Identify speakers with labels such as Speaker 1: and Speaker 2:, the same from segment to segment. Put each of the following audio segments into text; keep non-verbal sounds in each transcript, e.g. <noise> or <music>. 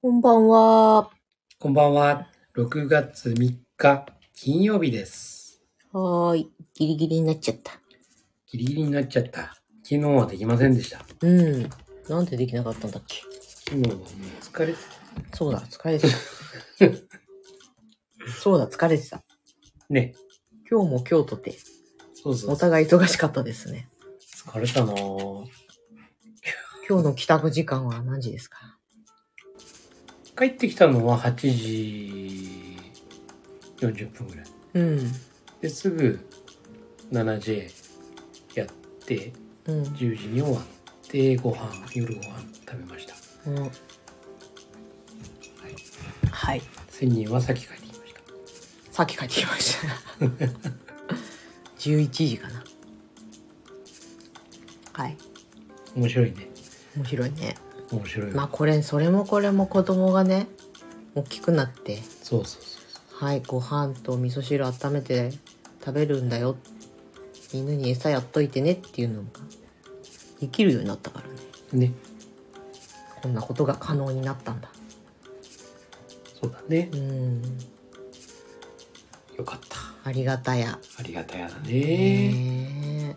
Speaker 1: こんばんは。
Speaker 2: こんばんは。6月3日、金曜日です。
Speaker 1: はーい。ギリギリになっちゃった。
Speaker 2: ギリギリになっちゃった。昨日はできませんでした。
Speaker 1: うん。なんでできなかったんだっけ。
Speaker 2: 昨日はもう疲れて
Speaker 1: そうだ、疲れてた。 <laughs> そうだ、疲れてた。
Speaker 2: ね。
Speaker 1: 今日も今日とて、
Speaker 2: そうそ
Speaker 1: お
Speaker 2: う。
Speaker 1: 互い忙しかったですね。
Speaker 2: 疲れたなぁ。
Speaker 1: 今日の帰宅時間は何時ですか
Speaker 2: 帰ってきたのは8時40分ぐらい。
Speaker 1: うん。
Speaker 2: で、すぐ 7J やって、
Speaker 1: うん。
Speaker 2: 10時に終わって、ご飯、夜ご飯食べました。
Speaker 1: うん
Speaker 2: はい。
Speaker 1: はい。
Speaker 2: 1000人は先帰ってきました。
Speaker 1: さっき帰ってきました。11時かな。はい。
Speaker 2: 面白いね。
Speaker 1: 面白いね。
Speaker 2: 面白いわ。
Speaker 1: まあこれ、それもこれも子供がね、大きくなって、
Speaker 2: そうそうそう。
Speaker 1: はいご飯と味噌汁温めて食べるんだよ犬に餌やっといてねっていうのができるようになったからね
Speaker 2: ね。
Speaker 1: こんなことが可能になったんだ
Speaker 2: そうだね
Speaker 1: う。ん
Speaker 2: よかった。
Speaker 1: ありがたや
Speaker 2: ありがたやだ
Speaker 1: へ
Speaker 2: ね。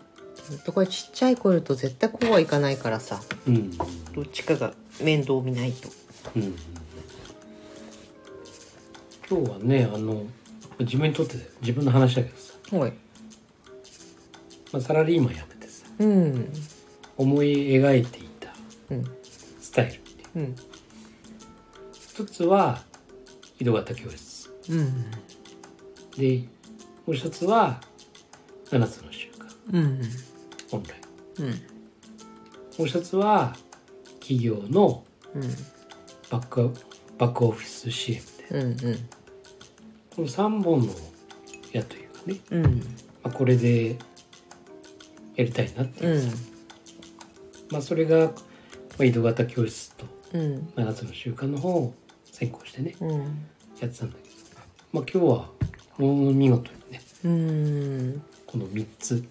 Speaker 1: えほんとこれちっちゃい子いると絶対こうはいかないからさ
Speaker 2: うん。
Speaker 1: どっちかが面倒見ないと
Speaker 2: うん。今日はね、あの、自分にとって自分の話だけどさ、
Speaker 1: はい
Speaker 2: まあ、サラリーマン辞めてさ、
Speaker 1: うん
Speaker 2: 思い描いていた
Speaker 1: うん
Speaker 2: スタイルって
Speaker 1: う
Speaker 2: いう
Speaker 1: ん
Speaker 2: 一つは、井戸端教室。
Speaker 1: うん
Speaker 2: で、もう一つは、7つの習慣、
Speaker 1: うん
Speaker 2: オンライン。
Speaker 1: うん
Speaker 2: もう一つは、企業の
Speaker 1: うん
Speaker 2: バック、バックオフィス支援みたいな。
Speaker 1: うんうん
Speaker 2: この3本の矢というかね、
Speaker 1: うん
Speaker 2: まあ、これでやりたいなっていう、
Speaker 1: うん
Speaker 2: まあ、それが、まあ、井戸型教室と
Speaker 1: うん
Speaker 2: 7つの習慣の方を先行してね
Speaker 1: うん
Speaker 2: やってたんだけど、まあ、今日はもう見事にね
Speaker 1: うん
Speaker 2: この3つ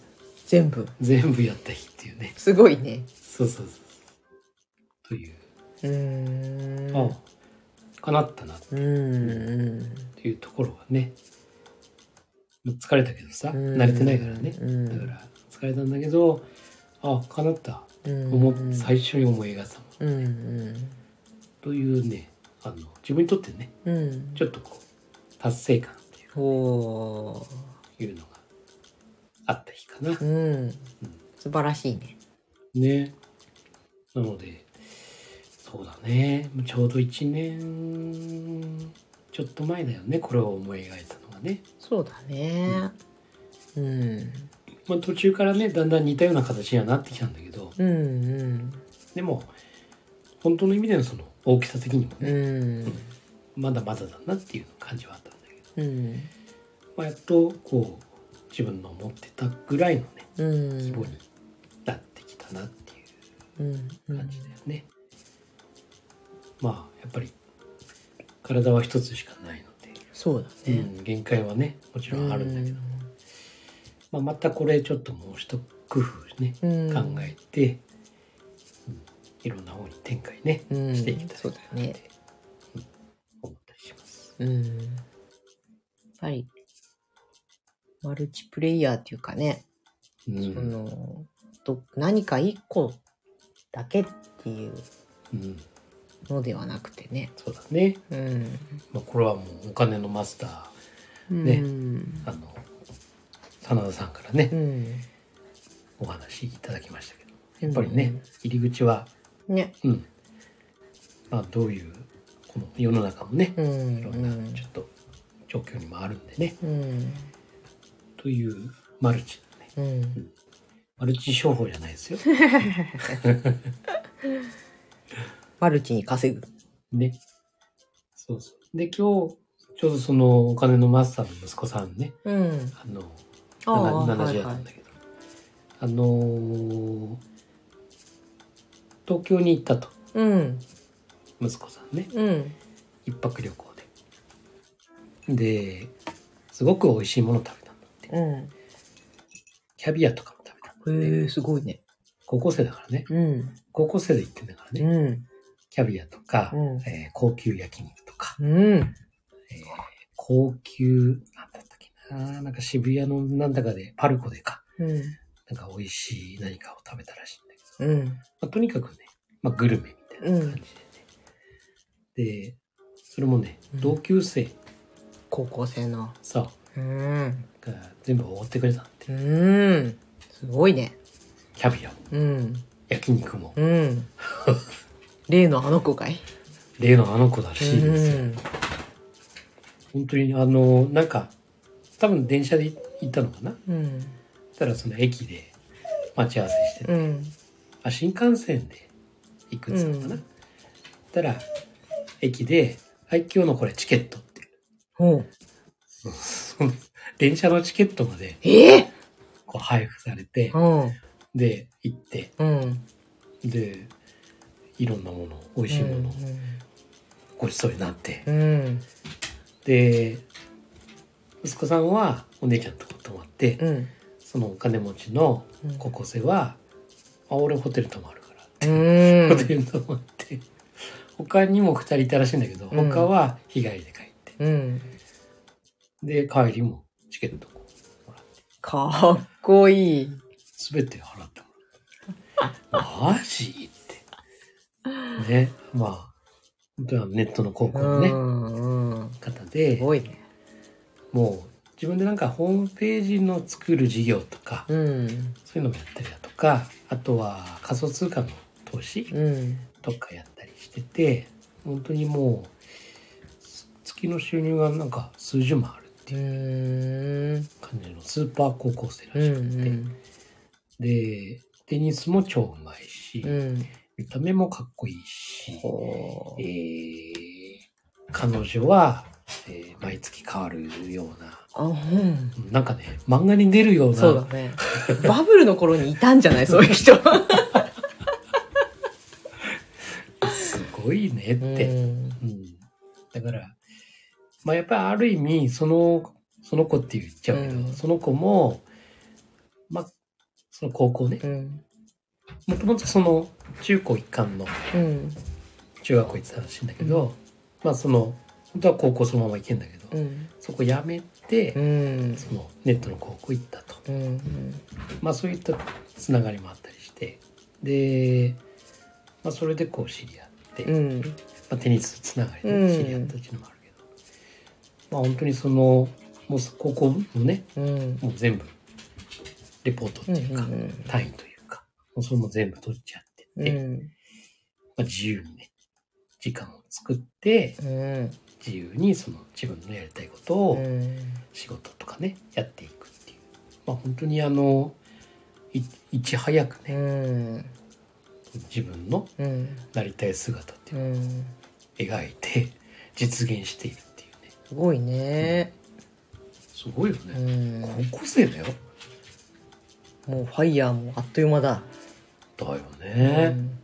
Speaker 1: 全部
Speaker 2: 全部やった日っていうね
Speaker 1: すごいね。
Speaker 2: そうそうそうという、
Speaker 1: うーん。
Speaker 2: ああかなったなっ
Speaker 1: うんうん。
Speaker 2: ていうところはねまあ疲れたけどさ
Speaker 1: うん
Speaker 2: 慣れてないからね
Speaker 1: うん
Speaker 2: だから疲れたんだけどああかなった
Speaker 1: うん。
Speaker 2: 思っ最初に思い描いたもの
Speaker 1: うんうん。
Speaker 2: というねあの自分にとってね
Speaker 1: うん。
Speaker 2: ちょっとこう達成感っていう
Speaker 1: と。お
Speaker 2: いうのがあった日かな
Speaker 1: ー。。うん。素晴らしいね。
Speaker 2: ね。なので、そうだね。ちょうど1年ちょっと前だよね。これを思い描いたのがね。
Speaker 1: そうだね。うん。
Speaker 2: まあ途中からね、だんだん似たような形にはなってきたんだけど、
Speaker 1: うんうん。
Speaker 2: でも、本当の意味でのその大きさ的にも
Speaker 1: う
Speaker 2: ね、
Speaker 1: ん。
Speaker 2: まだまだだなっていう感じはあったんだけど、
Speaker 1: うん。
Speaker 2: まあ、やっとこう、自分の思ってたぐらいのね、
Speaker 1: うん。
Speaker 2: 規模になってきたなってい
Speaker 1: う
Speaker 2: う。
Speaker 1: ん。うん
Speaker 2: 感じだよね、まあやっぱり体は一つしかないの
Speaker 1: そうだ
Speaker 2: で、
Speaker 1: ね。
Speaker 2: うん限界はねもちろんあるんだけど、まあ、またこれちょっともう一工夫ね、
Speaker 1: うん
Speaker 2: 考えて、うんいろんな方に展開ね、
Speaker 1: うん
Speaker 2: していきたい
Speaker 1: そうだね
Speaker 2: なってうん思ったりします。
Speaker 1: うん。うん。やっぱり、マルチプレイヤーっていうかね。
Speaker 2: う
Speaker 1: そ
Speaker 2: ん
Speaker 1: のど何か一個だけっていう
Speaker 2: うん、
Speaker 1: のではなくてね。
Speaker 2: そうだね、
Speaker 1: うん。
Speaker 2: まあ、これはもうお金のマスターね
Speaker 1: うん。
Speaker 2: あの真田さんからね、
Speaker 1: うん。
Speaker 2: お話いただきましたけどやっぱりね、入り口は
Speaker 1: ね。
Speaker 2: うん、まあどういうこの世の中もね
Speaker 1: う
Speaker 2: い
Speaker 1: ん。
Speaker 2: ろ
Speaker 1: うん
Speaker 2: なんちょっと状況にもあるんでね
Speaker 1: うん。
Speaker 2: というマルチのね
Speaker 1: うん。
Speaker 2: マルチ商法じゃないで
Speaker 1: <laughs>
Speaker 2: すよ。
Speaker 1: マルチに稼ぐ。
Speaker 2: ね。そうそう。で今日ちょうどそのお金のマスターの息子さんね
Speaker 1: うん。
Speaker 2: あの
Speaker 1: ああ
Speaker 2: 70
Speaker 1: はい
Speaker 2: だった
Speaker 1: は
Speaker 2: んだけど、あのー東京に行ったと
Speaker 1: い。うん。
Speaker 2: 息子さんね
Speaker 1: うん。
Speaker 2: 一泊旅行でですごく美味しいもの食べたんだって
Speaker 1: うん。
Speaker 2: キャビアとかも食べたんだって
Speaker 1: へえ、すごいね。
Speaker 2: 高校生だからね
Speaker 1: うん。
Speaker 2: 高校生で行ってんだから
Speaker 1: う
Speaker 2: ね、
Speaker 1: ん。
Speaker 2: キャビアとか、
Speaker 1: うん
Speaker 2: えー高級焼肉とか、
Speaker 1: うん。
Speaker 2: えー高級、なんだったっけな、なんか渋谷のなんだかで、パルコでか、
Speaker 1: うん。
Speaker 2: なんか美味しい何かを食べたらしいんだけど、
Speaker 1: うん。
Speaker 2: まあ、とにかくね、まあ、グルメみたいな感じでね。で、それもね、
Speaker 1: うん
Speaker 2: 同級生
Speaker 1: 高校生の。
Speaker 2: さ、
Speaker 1: うん。
Speaker 2: が全部おごってくれたんで、
Speaker 1: うん。すごいね。
Speaker 2: キャビアも、
Speaker 1: うん。
Speaker 2: 焼肉も、
Speaker 1: うん。例のあの子かい。
Speaker 2: 例のあの子だしいですよ。
Speaker 1: うん。
Speaker 2: 本当に、あの、なんか、多分電車で行ったのかな
Speaker 1: うん。
Speaker 2: そしたらその駅で待ち合わせしてて、
Speaker 1: うん。
Speaker 2: あ新幹線で行くんですかな、
Speaker 1: うん
Speaker 2: そしたら駅で「はい今日のこれチケット」って
Speaker 1: ほう。
Speaker 2: その電車のチケットまで
Speaker 1: ええ
Speaker 2: こう配布されて、で行って
Speaker 1: うん。うん。
Speaker 2: でいろんなもの美味しいものをごちそうになって、
Speaker 1: うん。
Speaker 2: で息子さんはお姉ちゃんとこ泊まって、
Speaker 1: うん。
Speaker 2: そのお金持ちの
Speaker 1: うん
Speaker 2: 高校生は「あ俺ホテル泊まるから」
Speaker 1: うん。
Speaker 2: ホテル泊まって他にも2人いたらしいんだけど
Speaker 1: うん
Speaker 2: 他は日帰りで帰って、
Speaker 1: うん。
Speaker 2: で帰りもチケットこうもらって
Speaker 1: かっこいい。
Speaker 2: 全て払ってもらったマジってねまあ本当はネットの広
Speaker 1: う
Speaker 2: 告のね、
Speaker 1: ん。うん。
Speaker 2: 方です
Speaker 1: ごいね。
Speaker 2: もう自分でなんかホームページの作る事業とか、
Speaker 1: うん。
Speaker 2: そういうのもやったりだとかあとは仮想通貨の投資、
Speaker 1: うん。
Speaker 2: とかやったりしてて本当にもうす月の収入がなんか数十万あるって
Speaker 1: う。
Speaker 2: いうん感じのスーパー高校生ら
Speaker 1: う
Speaker 2: しくて、
Speaker 1: ん。
Speaker 2: でテニスも超うまいし、
Speaker 1: うん。
Speaker 2: 見た目もかっこいいし、
Speaker 1: ほ
Speaker 2: えー彼女は、えー毎月変わるような
Speaker 1: あ、うん。
Speaker 2: なんかね漫画に出るような
Speaker 1: そうだね。バブルの頃にいたんじゃないそういう人。
Speaker 2: すごいねっ
Speaker 1: う
Speaker 2: て、
Speaker 1: ん。
Speaker 2: うんだから、まあ、やっぱりある意味そのその子って言っちゃうけど、
Speaker 1: うん
Speaker 2: その子も、まあ、その高校ね
Speaker 1: うん。
Speaker 2: もともとその中高一貫の
Speaker 1: うん。
Speaker 2: 中学校行ってたらしいんだけど、まあその本当は高校そのまま行けんだけど、
Speaker 1: うん。
Speaker 2: そこ辞めて、
Speaker 1: うん。
Speaker 2: そのネットの高校行ったと、
Speaker 1: うん。
Speaker 2: まあ、そういったつながりもあったりしてで、まあ、それでこう知り合って。
Speaker 1: うん。
Speaker 2: まあ、テニスつながり
Speaker 1: うん
Speaker 2: で知り合ったっていうのもあるけど、まあ本当にそのもう高校のね
Speaker 1: うん。
Speaker 2: もう全部レポートっていうか、
Speaker 1: うんうんうん
Speaker 2: 単位というかもうそれも全部取っちゃって
Speaker 1: う
Speaker 2: て、ま
Speaker 1: ん。
Speaker 2: あ、自由にね時間を作って
Speaker 1: うん。
Speaker 2: 自由にその自分のやりたいことを
Speaker 1: うん。
Speaker 2: 仕事とかねやっていくっていうまあ本当にあのいいち早く
Speaker 1: う
Speaker 2: ね
Speaker 1: ん。
Speaker 2: 自分の
Speaker 1: うん。
Speaker 2: なりたい姿っていう
Speaker 1: う
Speaker 2: のを
Speaker 1: ん。
Speaker 2: 描いて実現しているっていうね
Speaker 1: すごいね。
Speaker 2: すごいよね。
Speaker 1: うん。
Speaker 2: 高校生だよ
Speaker 1: もうファイヤーもあっという間だ。
Speaker 2: だよ
Speaker 1: う
Speaker 2: ね、
Speaker 1: ん。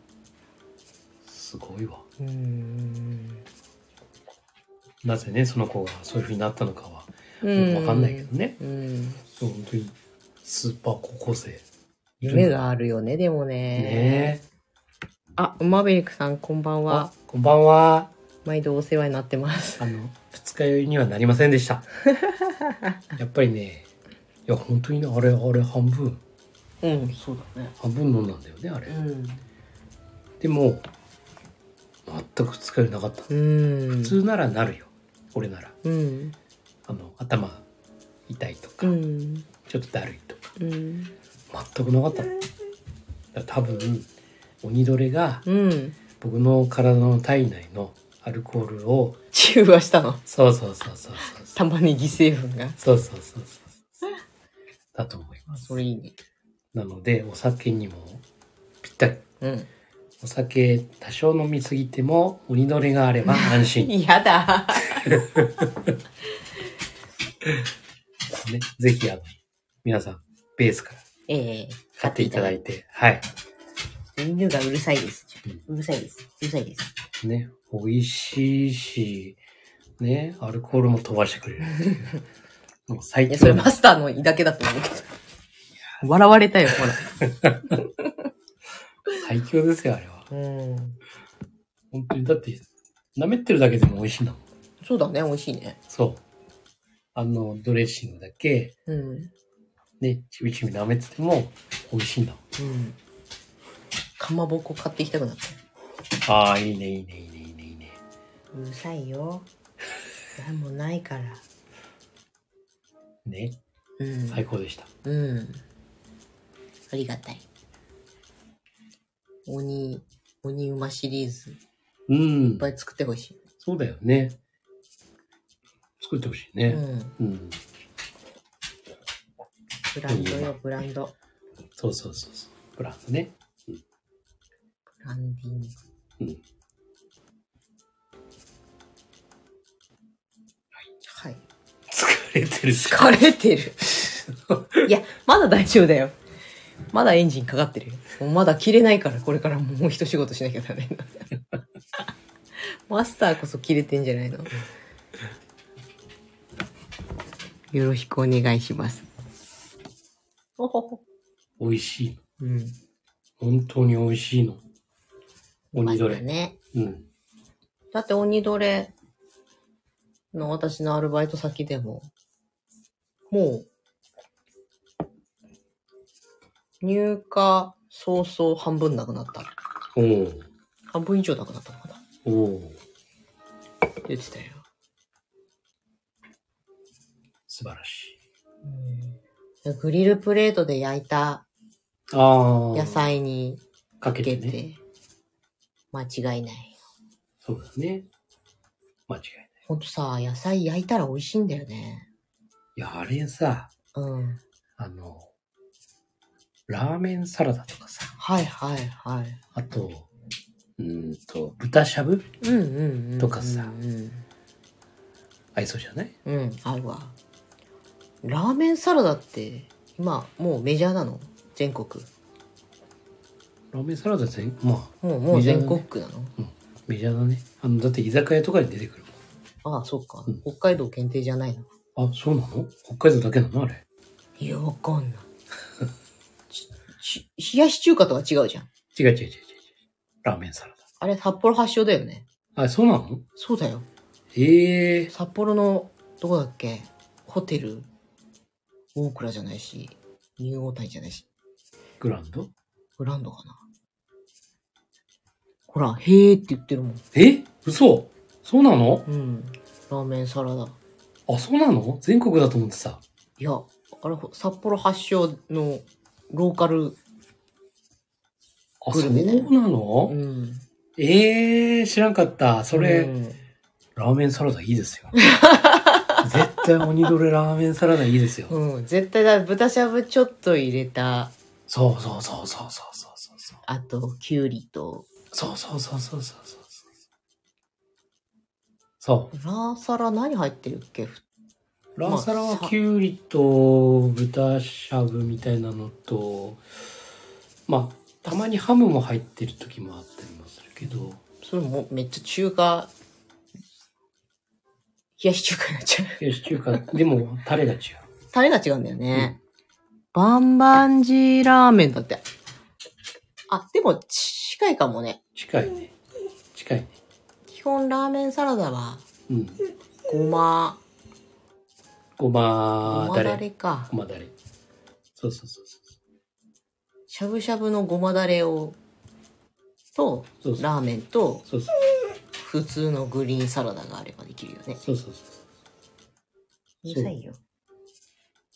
Speaker 2: すごいわ
Speaker 1: うん。
Speaker 2: なぜねその子がそういう風になったのかは
Speaker 1: うん。
Speaker 2: 分かんないけどね、
Speaker 1: うん。
Speaker 2: そう本当にスーパー高校生
Speaker 1: 夢があるよね、でもね。
Speaker 2: ねえ
Speaker 1: あ、マーベリックさん、こんばんは
Speaker 2: あ。こんばんは
Speaker 1: 毎度お世話になってます。
Speaker 2: あの二日酔いにはなりませんでした <laughs> やっぱりねいや本当にねあれあれ半分
Speaker 1: うん、そうだね。
Speaker 2: 半分飲んだんだよねあれ、
Speaker 1: うん。
Speaker 2: でも全く二日酔いなかった
Speaker 1: うん。
Speaker 2: 普通ならなるよ俺なら
Speaker 1: うん。
Speaker 2: あの頭痛いとか、
Speaker 1: うん。
Speaker 2: ちょっとだるいとか
Speaker 1: うん。
Speaker 2: 全くなかったのだから多分鬼奴れが
Speaker 1: うん。
Speaker 2: 僕の体の体内のアルコールを
Speaker 1: 中和したの。
Speaker 2: そうそうそうそうそう
Speaker 1: 玉ねぎ成分が。
Speaker 2: そうそうそうそうだと思いま
Speaker 1: あ、
Speaker 2: す
Speaker 1: それいいね。
Speaker 2: なのでお酒にもぴったり
Speaker 1: うん。
Speaker 2: お酒多少飲みすぎても鬼奴れがあれば安心ね
Speaker 1: 嫌だ。
Speaker 2: ぜひあの皆さんベースから
Speaker 1: ええ
Speaker 2: 買っていただいてはい
Speaker 1: 犬がうるさいです。うるさいです。うるさいです。
Speaker 2: ね美味しいしねアルコールも飛ばしてくれるってい
Speaker 1: <laughs>
Speaker 2: うもう最
Speaker 1: いや、
Speaker 2: 強
Speaker 1: それマスターのいだけだと思うけど。 <laughs> 笑われたよ、ほら。
Speaker 2: 最強ですよあれは
Speaker 1: うん。
Speaker 2: 本当に、だって、舐めてるだけでも美味しいんだもん。
Speaker 1: そうだね、美味しいね。
Speaker 2: そう。あの、ドレッシングだけ、
Speaker 1: うん。
Speaker 2: ね、ちびちび舐めてても美味しいんだもん。
Speaker 1: うん。かまぼこ買っていきたくなった。
Speaker 2: ああ、いいね、いいね、いいね、いいね、いいね。
Speaker 1: うるさいよ。 <laughs> 何もないから。
Speaker 2: ね、
Speaker 1: うん。
Speaker 2: 最高でした。
Speaker 1: うん。ありがたい。鬼、鬼馬シリーズ、いっ
Speaker 2: うん
Speaker 1: ぱ、い作ってほし
Speaker 2: そうだよね。作ってほしい
Speaker 1: い。
Speaker 2: ね。
Speaker 1: うん。
Speaker 2: うん、
Speaker 1: ブランドよ、ブランド。
Speaker 2: そうそうそうそう。ブランドね。
Speaker 1: ブランディング。
Speaker 2: うん。
Speaker 1: はい。
Speaker 2: 疲れてる。
Speaker 1: 疲れてる。いや、まだ大丈夫だよ。まだエンジンかかってるよ。もうまだ切れないから、これからもう一仕事しなきゃダメだ。マスターこそ切れてんじゃないのよろしくお願いします。おほほ。
Speaker 2: 美味しい
Speaker 1: うん。
Speaker 2: の。本当に美味しいの。鬼ど
Speaker 1: よかった
Speaker 2: れ。
Speaker 1: ね。
Speaker 2: うん。
Speaker 1: だって鬼どれの私のアルバイト先でも、もう、入荷早々半分なくなった。
Speaker 2: おお。
Speaker 1: 半分以上なくなったのかな
Speaker 2: おお。
Speaker 1: って言ってたよ。
Speaker 2: 素晴らしい。
Speaker 1: グリルプレートで焼いた
Speaker 2: ああ。
Speaker 1: 野菜に
Speaker 2: か
Speaker 1: つ
Speaker 2: け
Speaker 1: け
Speaker 2: て
Speaker 1: て、
Speaker 2: ね。
Speaker 1: 間違いない。
Speaker 2: そうだね。間違いない。
Speaker 1: ほんとさ、野菜焼いたら美味しいんだよね。
Speaker 2: いや、あれさ、
Speaker 1: うん。
Speaker 2: あの、ラーメンサラダとかさ、
Speaker 1: はいはいはい。
Speaker 2: あと、うーんと、豚しゃぶ
Speaker 1: うんうんうんうん。
Speaker 2: とかさ
Speaker 1: うん
Speaker 2: 合いそうじゃない
Speaker 1: うん、あるわ。ラーメンサラダって、今、もうメジャーなの全国。
Speaker 2: ラーメンサラダ全、まあ、
Speaker 1: もう、もう
Speaker 2: メジャー
Speaker 1: 全
Speaker 2: だね
Speaker 1: 国区なの、
Speaker 2: メジャーだね。あの、だって居酒屋とかに出てくる
Speaker 1: ああ、そっか
Speaker 2: うん。
Speaker 1: 北海道限定じゃないの
Speaker 2: もん。あ、そうなの北海道だけなのあれ。
Speaker 1: いや、わかんない。 <laughs> ちち冷やし中華とは違うじゃん。
Speaker 2: 違う違う違う違う。ラーメンサラ
Speaker 1: あれ、札幌発祥だよね。
Speaker 2: ダ。あ、そうなの
Speaker 1: そうだよ。
Speaker 2: ええ
Speaker 1: 札幌の、どこだっけホテル、大倉じゃないし、ニューオータニじゃないし、
Speaker 2: グランド
Speaker 1: グランドかな。ほら、へーって言ってるもん。
Speaker 2: え嘘そうなの
Speaker 1: うん。ラーメンサラダ。
Speaker 2: あ、そうなの全国だと思ってた。
Speaker 1: いや、あれ、札幌発祥のローカル、
Speaker 2: あ、
Speaker 1: グ
Speaker 2: そ
Speaker 1: ル
Speaker 2: う
Speaker 1: メ
Speaker 2: な
Speaker 1: だよ
Speaker 2: の、
Speaker 1: ん。
Speaker 2: ええ知らんかった。それ、
Speaker 1: うん
Speaker 2: ラーメンサラダいいですよ。絶対鬼どれラーメンサラダいいですよ。
Speaker 1: うん、絶対だ、豚しゃぶちょっと入れた、
Speaker 2: そうそうそうそうそうそうそうそう。
Speaker 1: あと、きゅうりと、
Speaker 2: そうそうそうそうそうそうそう。そ
Speaker 1: ラーサラ何入ってるっけふ
Speaker 2: う。ランサラ
Speaker 1: まあ
Speaker 2: は
Speaker 1: さ
Speaker 2: きゅうりと豚しゃぶみたいなのと、まあ、たまにハムも入ってる時もあったりもするけど、
Speaker 1: それもめっちゃ中華、冷やし中華になっちゃう。 <laughs>
Speaker 2: よし、中華、でもタレが違う。
Speaker 1: タレが違うんだよね。バンバンジーラーメンだって。あ、でも近いかもね。
Speaker 2: 近いね。近いね。
Speaker 1: 基本ラーメンサラダは、
Speaker 2: うん。
Speaker 1: ごま、
Speaker 2: ご
Speaker 1: ご
Speaker 2: ま
Speaker 1: ま
Speaker 2: だ
Speaker 1: だ
Speaker 2: れ。
Speaker 1: れか。
Speaker 2: ごまだれ。そうそうそうそう。
Speaker 1: しゃぶしゃぶのごまだれをと
Speaker 2: そうそう
Speaker 1: ラーメンと
Speaker 2: そうそう。
Speaker 1: 普通のグリーンサラダがあればできるよね。
Speaker 2: そうそうそう。
Speaker 1: う
Speaker 2: う
Speaker 1: るさいよ。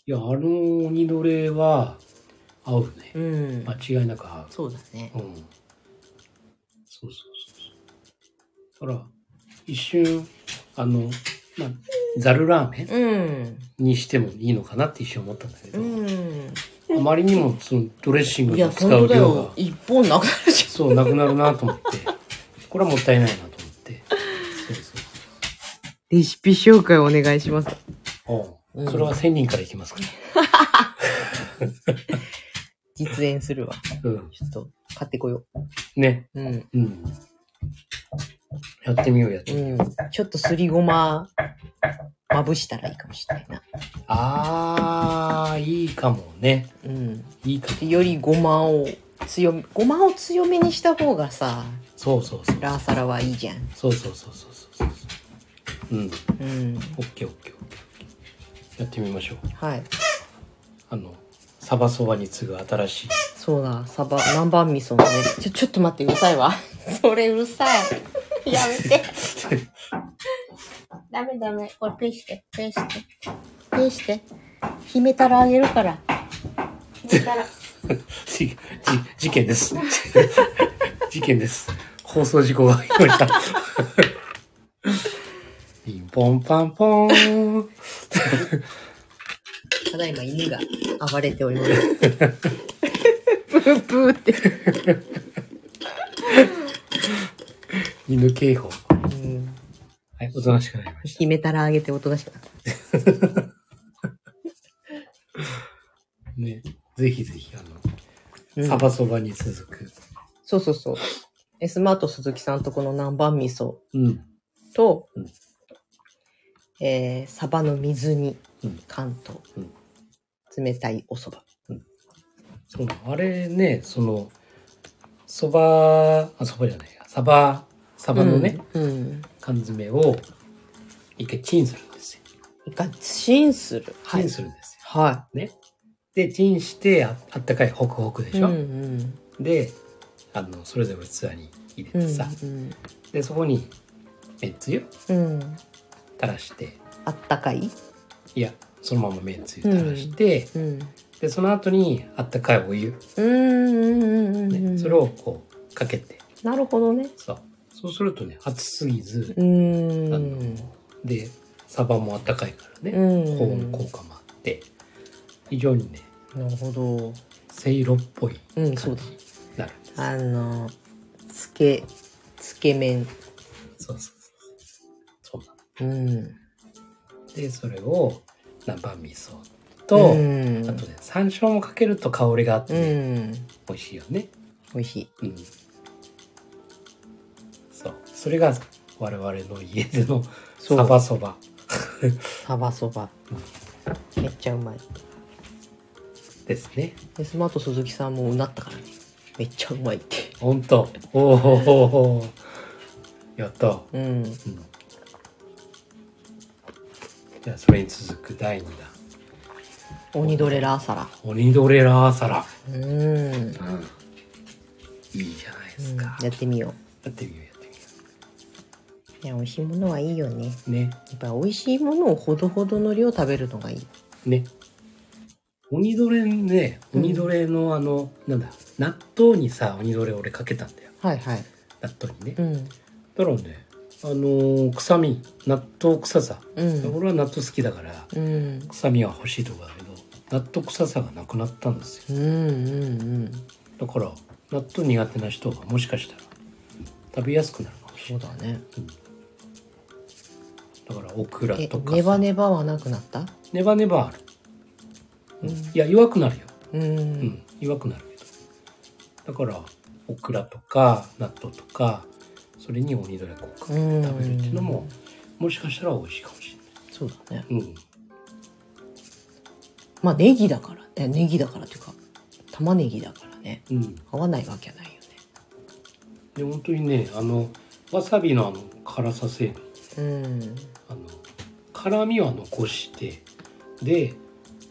Speaker 2: いや、あの鬼どれは合うね。
Speaker 1: うん。
Speaker 2: 間違いなく合
Speaker 1: そうだね
Speaker 2: う。。うん。そうそうそうそう。だから、一瞬、あの、まあ、ざるラーメン
Speaker 1: うん。
Speaker 2: にしてもいいのかなって一瞬思ったんだけ
Speaker 1: う
Speaker 2: ど、
Speaker 1: ん。
Speaker 2: あまりにもそのドレッシング
Speaker 1: いや、
Speaker 2: の
Speaker 1: 本
Speaker 2: 使
Speaker 1: 当
Speaker 2: う
Speaker 1: だ
Speaker 2: 量
Speaker 1: よ
Speaker 2: が。、
Speaker 1: 一本なくなるじ
Speaker 2: そう、なくなるな
Speaker 1: <laughs>
Speaker 2: と思って、これはもったいないなと思って。そうそう
Speaker 1: ゃん。レシピ紹介お願いします。
Speaker 2: おう
Speaker 1: うん
Speaker 2: それは1000人からいきますか
Speaker 1: 実演するわ。
Speaker 2: ら。うん。
Speaker 1: ちょっと、買ってこよ
Speaker 2: ね。
Speaker 1: う。うん。
Speaker 2: うん。やってみよう、やって
Speaker 1: う
Speaker 2: みよう。
Speaker 1: ん。ちょっとすりごま、まぶしたらいいかもしれないな。
Speaker 2: あー、いいかもね。
Speaker 1: うん。
Speaker 2: いいかも。
Speaker 1: よりごまを強め、ごまを強めにした方がさ、
Speaker 2: そうそうそう
Speaker 1: ラーサラはいいじゃん。
Speaker 2: そうそうそうそうそうそううん
Speaker 1: うん。
Speaker 2: オッケーオッケーオッケーオッケーやってみましょう
Speaker 1: はい。
Speaker 2: あのサバそばに次ぐ新しい
Speaker 1: そうだ、サバ、南蛮味噌のね。ちょ、ちょっと待って、うるさいわ。 <laughs> それうるさい。やめて。ダメダメ。これペイして、ペイして。ペイして。秘めたらあげるから。秘めたら。
Speaker 2: <laughs> じじ事件です <laughs> 事件です放送事故が起こりました <laughs> ピンポンパンポーン
Speaker 1: ただいま犬が暴れており <laughs> ます。プープーって。
Speaker 2: 犬警報は
Speaker 1: うん。
Speaker 2: いおとなしくなりました
Speaker 1: 秘めたらあげておとなしくなった。
Speaker 2: ね、ぜひぜひ、あの、
Speaker 1: うん
Speaker 2: サバそばに続く。
Speaker 1: そうそうそう。エスマート鈴木さんとこの南蛮味噌
Speaker 2: うん。
Speaker 1: と、
Speaker 2: うん
Speaker 1: えーサバの水煮、
Speaker 2: うん
Speaker 1: 関東、
Speaker 2: うん
Speaker 1: 冷たいお蕎麦。
Speaker 2: そう、あれね、その、そば、あ、そばじゃないや、サバ、サバのね、
Speaker 1: うん。うん。
Speaker 2: 缶詰を、一回チンするんですよ。
Speaker 1: 一回チンする。は
Speaker 2: チン
Speaker 1: い。
Speaker 2: するんですよ。
Speaker 1: は
Speaker 2: ね。で、チンして、ああったかいホクホクで
Speaker 1: い。
Speaker 2: しょ、
Speaker 1: うんうん
Speaker 2: で、あの、それぞれ器に入
Speaker 1: う
Speaker 2: れ
Speaker 1: ん
Speaker 2: てさ、
Speaker 1: うん
Speaker 2: で、そこに、めんつゆ
Speaker 1: うん。
Speaker 2: 垂らして、
Speaker 1: あったかい
Speaker 2: いや、そのままめんつゆ垂らして、
Speaker 1: うん。
Speaker 2: で、その後に、あったかいお湯、
Speaker 1: うんうんうんうんう
Speaker 2: ね、
Speaker 1: ん。
Speaker 2: それをこうかけて
Speaker 1: なるほどね。
Speaker 2: さそうするとね熱すぎず
Speaker 1: う、
Speaker 2: あ
Speaker 1: ん。
Speaker 2: のでサバもあったかいから
Speaker 1: う
Speaker 2: ね、
Speaker 1: ん。
Speaker 2: 高温効果もあって非常にね
Speaker 1: なるほど。
Speaker 2: せいろっぽい
Speaker 1: うん、そ
Speaker 2: 感
Speaker 1: うだ
Speaker 2: じ。になるんです、
Speaker 1: あの、つけ、つけ麺。
Speaker 2: そうそうそうそうな
Speaker 1: うん。
Speaker 2: のでそれを南蛮味噌と、
Speaker 1: うん
Speaker 2: あとね山椒もかけると香りがあって、
Speaker 1: う
Speaker 2: ね
Speaker 1: ん。
Speaker 2: 美味しいよね
Speaker 1: 美味しい。
Speaker 2: うんそうそれが我々の家での
Speaker 1: そう
Speaker 2: サバそば
Speaker 1: サバそば。めっちゃうまい。
Speaker 2: ですね
Speaker 1: で、スマート鈴木さんもうなったからね。めっちゃうまいって。
Speaker 2: 本当。おおおお。やった。うん。
Speaker 1: うん。
Speaker 2: じゃあそれに続く第二弾。
Speaker 1: 鬼ドレラーサラ。
Speaker 2: 鬼ドレラーサラ。
Speaker 1: うん。うん
Speaker 2: うん。いいじゃないですか。
Speaker 1: やってみよ
Speaker 2: やってみようやって
Speaker 1: う。いや、美味しいものはいいよね。
Speaker 2: みよう。ね
Speaker 1: やっぱ美味しいものをほどほどの量食べるのがいい。
Speaker 2: ね。鬼ドレね、
Speaker 1: うん
Speaker 2: 鬼ドレのあの、なんだ、納豆にさ、鬼ドレ俺かけたんだよ。
Speaker 1: はいはい。
Speaker 2: 納豆にね
Speaker 1: う。ん。
Speaker 2: だからね、あのー臭み、納豆臭さ。
Speaker 1: うん。
Speaker 2: 俺は納豆好きだから、
Speaker 1: うん。
Speaker 2: 臭みは欲しいとこだけど納豆臭さがなくなったんですよ
Speaker 1: うんうんうん。
Speaker 2: だから納豆苦手な人がもしかしたら食べやすくなるかもし
Speaker 1: そうだね。
Speaker 2: れないだからオクラ
Speaker 1: え
Speaker 2: と、か
Speaker 1: ネバネバはなくなった
Speaker 2: ネバネバある、うん
Speaker 1: うん
Speaker 2: いや弱くなるよ
Speaker 1: う
Speaker 2: うん、
Speaker 1: ん。
Speaker 2: 弱くなるけどだからオクラとか納豆とかそれに鬼ドレ効果
Speaker 1: うん
Speaker 2: 食べるっていうのももしかしたら美味しいかもし
Speaker 1: そうだね。
Speaker 2: れない、うん、
Speaker 1: まあネギだから。え、ネギだからっていうか、玉ねぎだからね。
Speaker 2: うん、
Speaker 1: 合わないわけないよね。
Speaker 2: で本当にねあのわさびのあの辛さ成分
Speaker 1: うん。
Speaker 2: あの辛みは残してで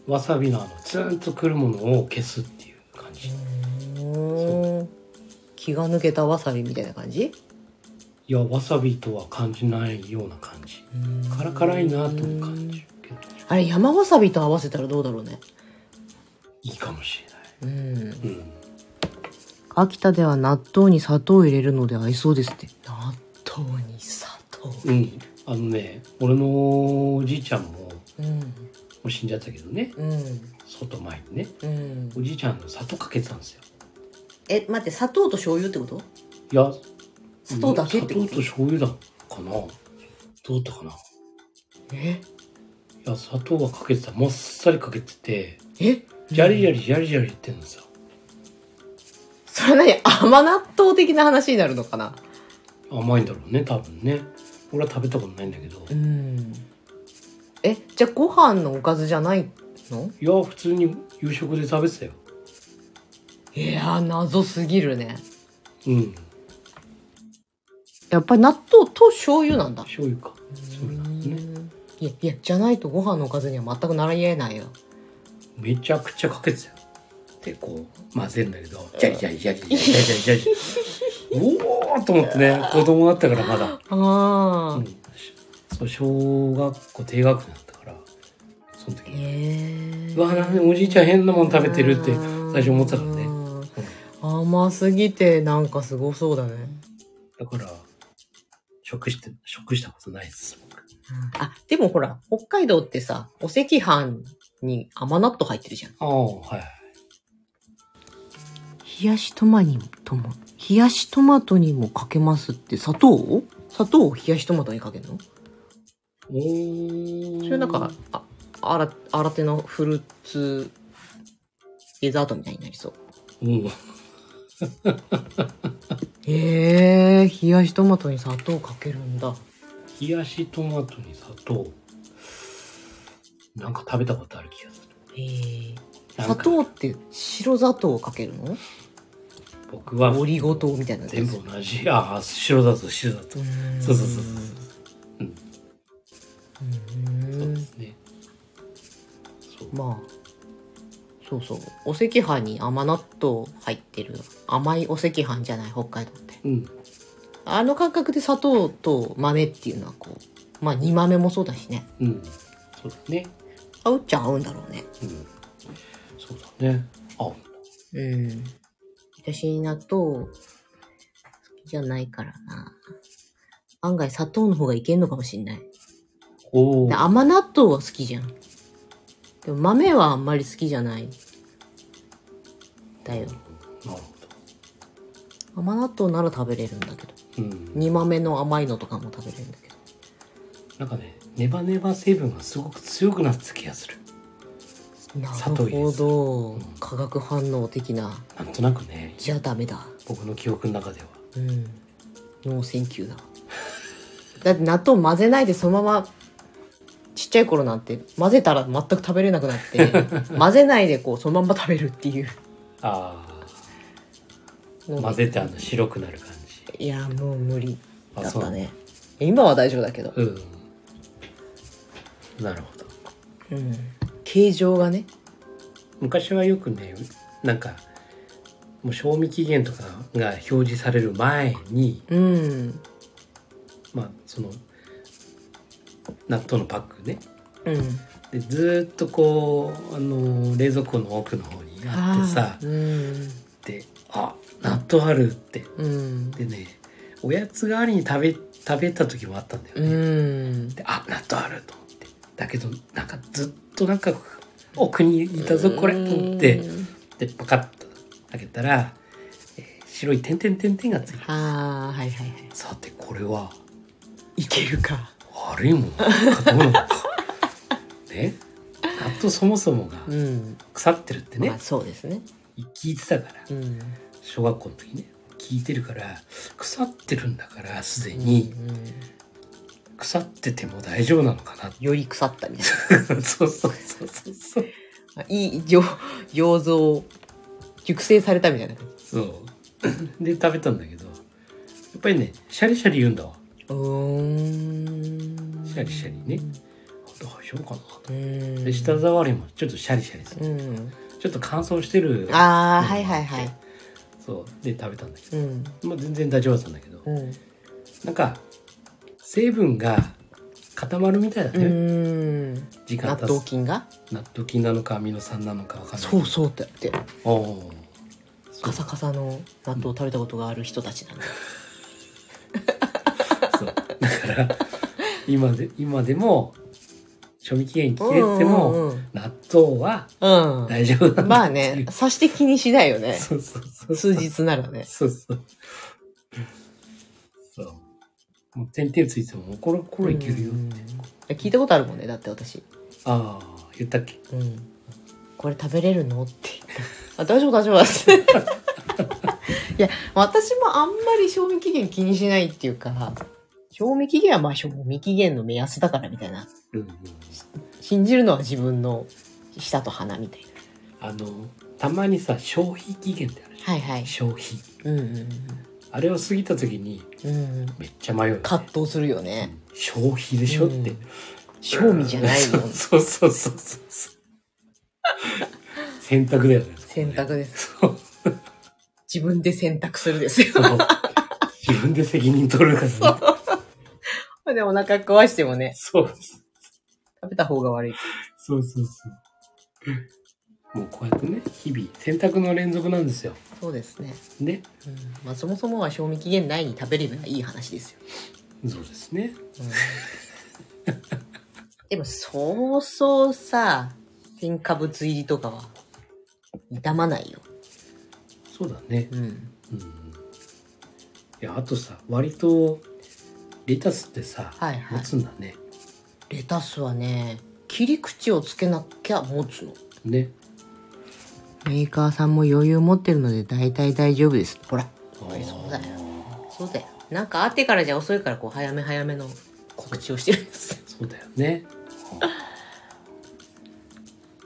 Speaker 2: わさびのあのツーンとくるものを消すっていう感じい
Speaker 1: うん気が抜けたわさびみたいな感じ
Speaker 2: やわさびとは感じないような感じ辛辛いなとも感じるけど
Speaker 1: あれ山わさびと合わせたらどうだろうね
Speaker 2: いいかもし
Speaker 1: うん
Speaker 2: れない、うん、
Speaker 1: 秋田では納豆に砂糖を入れるので合いそうですって納豆に砂糖
Speaker 2: うん、あのね俺のおじいちゃんもも
Speaker 1: うん
Speaker 2: う死んじゃったけどね
Speaker 1: うん
Speaker 2: 外前にね
Speaker 1: うん
Speaker 2: おじいちゃんの砂糖かけてたんですよ
Speaker 1: え待って砂糖と醤油ってこと
Speaker 2: いや
Speaker 1: 砂糖だけってこと
Speaker 2: 砂糖と醤油だかなどうだったかない
Speaker 1: え
Speaker 2: や砂糖はかけてたもっさりかけてて
Speaker 1: え
Speaker 2: ジャリジャリジャリジャリ言ってるんですよ。
Speaker 1: それ何甘納豆的な話になるのかな
Speaker 2: 甘いんだろうね、多分ね。俺は食べたことないんだけど。
Speaker 1: うんえじゃあご飯のおかずじゃないの
Speaker 2: いや、普通に夕食で食べてたよ。
Speaker 1: いやー謎すぎるね
Speaker 2: うん。
Speaker 1: やっぱり納豆と醤油なんだ。
Speaker 2: 醤油か。そうなんですね。
Speaker 1: いやいやじゃないとご飯のおかずには全くなりえないよ。
Speaker 2: めちゃくちゃかけてたよ。で、こう、混ぜるんだけど、ジャリジャリジャリジャリジャリジャリジャリ。おーと思ってね、子供だったからまだ。
Speaker 1: ああ、
Speaker 2: うんそう、小学校低学年だったから、その
Speaker 1: へ
Speaker 2: 時
Speaker 1: え
Speaker 2: うわなんでおじいちゃん変なもん食べてるって最初思ってたからね
Speaker 1: うん甘すぎてなんかすごそうだね。
Speaker 2: だから、食して、食したことないです。僕
Speaker 1: あでもほら北海道ってさお赤飯に甘納豆入ってるじゃん。
Speaker 2: ああ、はい。
Speaker 1: 冷やしトマにとも冷やしトマトにもかけますって砂糖を砂糖を冷やしトマトにかけるの
Speaker 2: おー
Speaker 1: それなんか、ああら新手のフルーツデザートみたいになりそう。
Speaker 2: うん、
Speaker 1: へえ冷やしトマトに砂糖かけるんだ。
Speaker 2: 冷やしトマトに砂糖。なんか食べたことある気がする。
Speaker 1: へえ
Speaker 2: なん
Speaker 1: 砂
Speaker 2: か
Speaker 1: 糖って白砂糖をかけるの
Speaker 2: 僕は
Speaker 1: オリゴ糖みたいなやつ
Speaker 2: 全部同じ。ああ、白だと白だと。
Speaker 1: ーん
Speaker 2: そうそうそうそううん
Speaker 1: う
Speaker 2: そう
Speaker 1: ー
Speaker 2: で
Speaker 1: ん
Speaker 2: すね。そう
Speaker 1: まあそうそうお赤飯に甘納豆入ってる甘いお赤飯じゃない北海道って
Speaker 2: うん。
Speaker 1: あの感覚で砂糖と豆っていうのはこうまあ煮豆もそうだしね
Speaker 2: うん。そうだね。
Speaker 1: 合うっちゃ合うんだろうね
Speaker 2: うん。そうだね。あ、
Speaker 1: うん私納豆好きじゃないからな案外砂糖の方がいけんのかもしんない
Speaker 2: お
Speaker 1: で
Speaker 2: ー
Speaker 1: 甘納豆は好きじゃん。でも豆はあんまり好きじゃない。だよ。
Speaker 2: なるほ
Speaker 1: 甘納豆なら食べれるんだけど。
Speaker 2: ど。うん。
Speaker 1: 煮豆の甘いのとかも食べれるんだけど。
Speaker 2: なんかね、ネバネバ成分がすごく強くなった気がする。
Speaker 1: な
Speaker 2: 砂糖
Speaker 1: る
Speaker 2: 入れ
Speaker 1: ほ
Speaker 2: てた
Speaker 1: ど
Speaker 2: ん。
Speaker 1: 化学反応的な。
Speaker 2: なんとなくね、
Speaker 1: じゃあダメだ。
Speaker 2: 僕の記憶の中では。
Speaker 1: うん。ノーセンキューだ。だって納豆混ぜないでそのままちっちゃい頃なんて混ぜたら全く食べれなくなって
Speaker 2: <laughs>
Speaker 1: 混ぜないでこうそのまんま食べるっていう
Speaker 2: あ
Speaker 1: の
Speaker 2: あ、
Speaker 1: が
Speaker 2: 混ぜてあの白くなる感じ。
Speaker 1: いやもう無理
Speaker 2: あ
Speaker 1: だったね今は大丈夫だけど、
Speaker 2: うん。なるほど。
Speaker 1: うん、形状がね
Speaker 2: 昔はよくね、なんか、もう賞味期限とかが表示される前に、
Speaker 1: うん
Speaker 2: まあ、その、納豆のパックね。
Speaker 1: うん
Speaker 2: でずーっとこう、あのー冷蔵庫の奥の方にあってさ、
Speaker 1: うん
Speaker 2: で、あ、納豆あるって。
Speaker 1: うん
Speaker 2: でね、おやつ代わりに食べ、食べた時もあったんだよね。
Speaker 1: うん
Speaker 2: であ納豆あると思ってだけどなんかずっとなんか奥にいたぞこれと思って
Speaker 1: うん
Speaker 2: でパカッと開けたら、えー白い点々点々がついてる
Speaker 1: あーはいはいは
Speaker 2: さてこれはい
Speaker 1: いけるか
Speaker 2: 悪いものかどうなのかね納豆そもそもが
Speaker 1: うん
Speaker 2: 腐ってるってね、
Speaker 1: まあそうですね
Speaker 2: 聞いてたから
Speaker 1: うん
Speaker 2: 小学校の時ね聞いてるから腐ってるんだからすでに
Speaker 1: うん
Speaker 2: 腐ってても大丈夫な <laughs> のか
Speaker 1: より腐ったみたい
Speaker 2: なそうそうそうそうそう
Speaker 1: なあいい醸醸造熟成されたみたいな感
Speaker 2: そう。で、食べたんだけど、やっぱりね、シャリシャリ言うんだわ。
Speaker 1: じうーん
Speaker 2: シャリシャリね。どうしようかなと。
Speaker 1: うん
Speaker 2: で、舌触りもちょっとシャリシャリする。
Speaker 1: うん
Speaker 2: ちょっと乾燥してる。
Speaker 1: ああはいはいはい
Speaker 2: そう。で、食べたんだけ
Speaker 1: うん
Speaker 2: ど、まあ、全然大丈夫だったんだけど、
Speaker 1: うん
Speaker 2: なんか、成分が固まるみたいだ
Speaker 1: う
Speaker 2: ね。
Speaker 1: ーん
Speaker 2: 時間
Speaker 1: 納
Speaker 2: 経
Speaker 1: 豆
Speaker 2: つ。
Speaker 1: 菌が
Speaker 2: 納豆菌なのか、アミノ酸なのかわかんない。
Speaker 1: そうそうってって
Speaker 2: う。おー
Speaker 1: カサカサの納豆を食べたことがある人たちなんだ
Speaker 2: そうだから、今で、今でも、賞味期限切れても、
Speaker 1: うんうん
Speaker 2: 納豆は
Speaker 1: うん、
Speaker 2: 大丈夫なんだっていう
Speaker 1: まあね察して気にしないよね
Speaker 2: そうそうそうそ
Speaker 1: 数
Speaker 2: う
Speaker 1: 日ならね
Speaker 2: そうそうそうもう点々ついてももうコロコロいけるよ、
Speaker 1: うん聞いたことあるもんねだって私、
Speaker 2: ああ言ったっけ
Speaker 1: うん、これ食べれるのって言ったあ大丈夫大丈夫です <laughs> いや私もあんまり賞味期限気にしないっていうか賞味期限はまあ賞味期限の目安だからみたいな
Speaker 2: うんうん
Speaker 1: 信じるのは自分の舌と鼻みたいな
Speaker 2: あのたまにさ消費期限ってあるじゃん
Speaker 1: はいはい
Speaker 2: 消費
Speaker 1: うんうんうん
Speaker 2: あれを過ぎた時に
Speaker 1: うん、
Speaker 2: めっちゃ迷うよね、
Speaker 1: 葛藤するよね
Speaker 2: 消費でしょって、
Speaker 1: うん賞味じゃないよ
Speaker 2: <laughs> そうそうそうそうそう選択だよね
Speaker 1: 選択です
Speaker 2: そう
Speaker 1: 自分で選択するですよ <laughs>
Speaker 2: そう自分で責任取るからね
Speaker 1: でお腹壊してもね
Speaker 2: そう
Speaker 1: 食べた方が悪い
Speaker 2: そうそうそうもうこうやってね日々選択の連続なんですよ
Speaker 1: そうですね、
Speaker 2: ね
Speaker 1: うんまあ、そもそもは賞味期限内に食べればいい話ですよ、
Speaker 2: そうですね
Speaker 1: うん <laughs> でもそうそうさ添加物入りとかは傷まないよ、
Speaker 2: そうだね
Speaker 1: うん、
Speaker 2: うんいやあとさ割とレタスってさ、
Speaker 1: はいはい
Speaker 2: 持つんだね
Speaker 1: レタスはね切り口をつけなきゃ持つの
Speaker 2: ね
Speaker 1: メーカーさんも余裕持ってるので大体大丈夫ですほらやっぱりそうだよ
Speaker 2: あー
Speaker 1: そうだよなんかあってからじゃ遅いからこう早め早めの告知をしてるんです
Speaker 2: そうだよね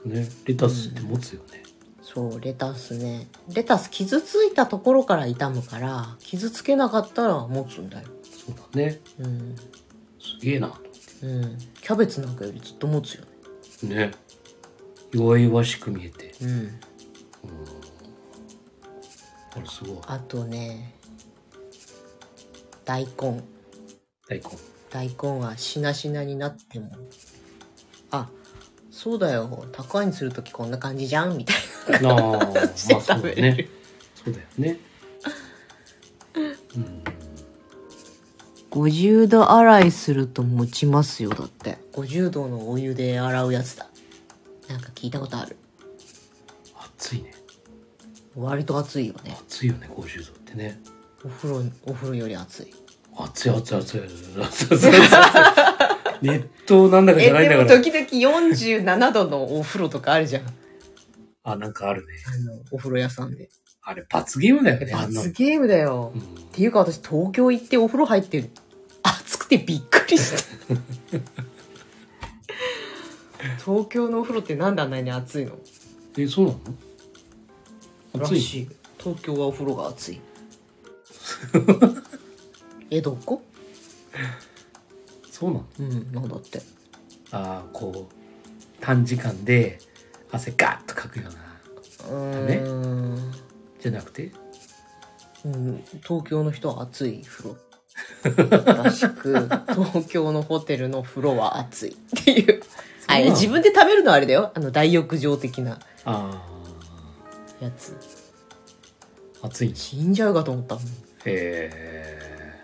Speaker 2: ねレタスって持つよね、
Speaker 1: <laughs> そうレタスねレタス傷ついたところから傷むから傷つけなかったら持つんだよ
Speaker 2: そうだね
Speaker 1: うん
Speaker 2: すげえな
Speaker 1: うんキャベツなんかよりずっと持つよね
Speaker 2: ね弱々しく見えて
Speaker 1: うん
Speaker 2: これすごい
Speaker 1: あとね大根
Speaker 2: 大根
Speaker 1: 大根はしなしなになってもあそうだよ高いにする時こんな感じじゃんみたい
Speaker 2: あー <laughs> まあ
Speaker 1: して
Speaker 2: そうだ
Speaker 1: <laughs> 食べれ
Speaker 2: ね
Speaker 1: る
Speaker 2: そうだよねうん
Speaker 1: な50度洗いすると持ちますよだって50度のお湯で洗うやつだなんか聞いたことある
Speaker 2: 暑いね
Speaker 1: 割と熱いよね
Speaker 2: 暑いよね50度ってね
Speaker 1: お風呂お風呂より熱い
Speaker 2: 熱い熱い熱い熱い熱い熱い熱い熱い熱湯なんだかじ
Speaker 1: え
Speaker 2: ゃないん
Speaker 1: で
Speaker 2: だ
Speaker 1: も
Speaker 2: から
Speaker 1: 時々47度のお風呂とかあるじゃんあ
Speaker 2: あなんかあるね
Speaker 1: のお風呂屋さんで
Speaker 2: あれ罰ゲームだよねあんなの
Speaker 1: 罰ゲームだよ、
Speaker 2: うん
Speaker 1: っていうか私東京行ってお風呂入って暑くてびっくり
Speaker 2: <laughs>
Speaker 1: した東京のお風呂ってなんであんなに暑いの
Speaker 2: えそうなの暑
Speaker 1: ら
Speaker 2: い
Speaker 1: しい東京はお風呂が暑
Speaker 2: <laughs>
Speaker 1: いえどこ
Speaker 2: そうなの
Speaker 1: うんなんだって
Speaker 2: ああこう短時間で汗ガッとかくような
Speaker 1: うーん、
Speaker 2: じゃなくて
Speaker 1: うん、東京の人は暑い風呂
Speaker 2: <laughs>
Speaker 1: らしく東京のホテルの風呂は暑いっていう
Speaker 2: うな
Speaker 1: は
Speaker 2: の
Speaker 1: い自分で食べるのはあれだよあの大浴場的な
Speaker 2: あ
Speaker 1: やつ
Speaker 2: あ暑いんだ
Speaker 1: 死んじゃうかと思ったもん
Speaker 2: へ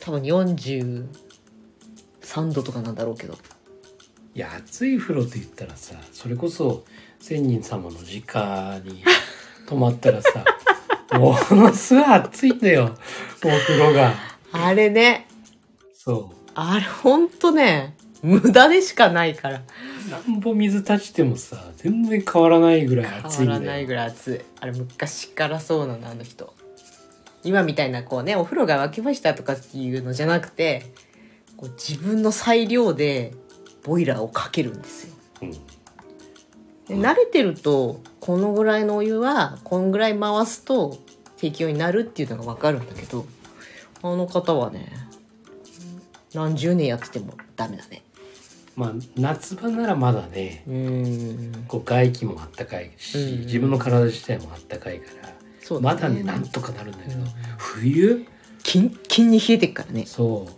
Speaker 1: 多分43度とかなんだろうけど
Speaker 2: えいや暑い風呂って言ったらさそれこそ仙人様の直に泊まったらさものすごい暑いんだよお風呂が
Speaker 1: あれね
Speaker 2: そ
Speaker 1: あれほんとね無駄でしかないから
Speaker 2: うなんぼ水立ちてもさ全然変わらないぐらい暑
Speaker 1: 変
Speaker 2: いん
Speaker 1: わらな
Speaker 2: だ
Speaker 1: い
Speaker 2: よ
Speaker 1: ぐらい暑いあれ昔からそうなのあの人今みたいなこうねお風呂が沸きましたとかっていうのじゃなくてこう自分の裁量でボイラーをかけるんですよ
Speaker 2: うん
Speaker 1: で慣れてるとこのぐらいのお湯はこんぐらい回すと適温になるっていうのが分かるんだけどあの方はね何十年やっててもダメだね
Speaker 2: まあ夏場ならまだね
Speaker 1: うーん
Speaker 2: こう外気もあったかいし、
Speaker 1: うんうん
Speaker 2: 自分の体自体もあったかいから
Speaker 1: そう
Speaker 2: ま
Speaker 1: だ
Speaker 2: だ
Speaker 1: ね
Speaker 2: ねなんとかなるんだけど、
Speaker 1: うん
Speaker 2: 冬
Speaker 1: キンキンに冷えてっからね
Speaker 2: そ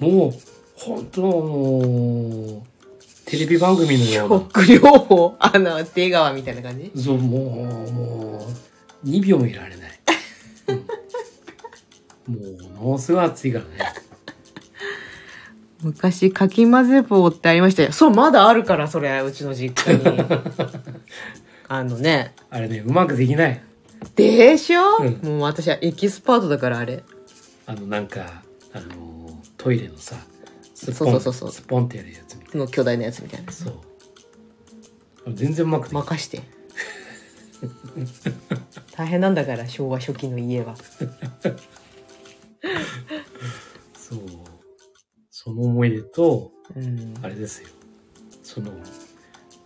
Speaker 2: うもう本当もうテレビ番組のよう
Speaker 1: 食療法あの出川みたいな感じ
Speaker 2: なそうもうもう2秒もいら
Speaker 1: <laughs>
Speaker 2: れない、うんもうものすごい暑いからね
Speaker 1: 昔かき混ぜ棒ってありましたよそうまだあるからそれうちの実家
Speaker 2: <laughs>
Speaker 1: にあのね
Speaker 2: あれねうまくできない
Speaker 1: でしょ、
Speaker 2: うん
Speaker 1: もう私はエキスパートだからあれ
Speaker 2: あのなんかあのトイレのさスポン
Speaker 1: そうそうそうそう
Speaker 2: スポンってやるやつみたい
Speaker 1: の巨大なやつみたいな
Speaker 2: なそうあれ全然うまくできない
Speaker 1: 任して大変なんだから昭和初期の家は
Speaker 2: そうその思い出と
Speaker 1: うん
Speaker 2: あれですよその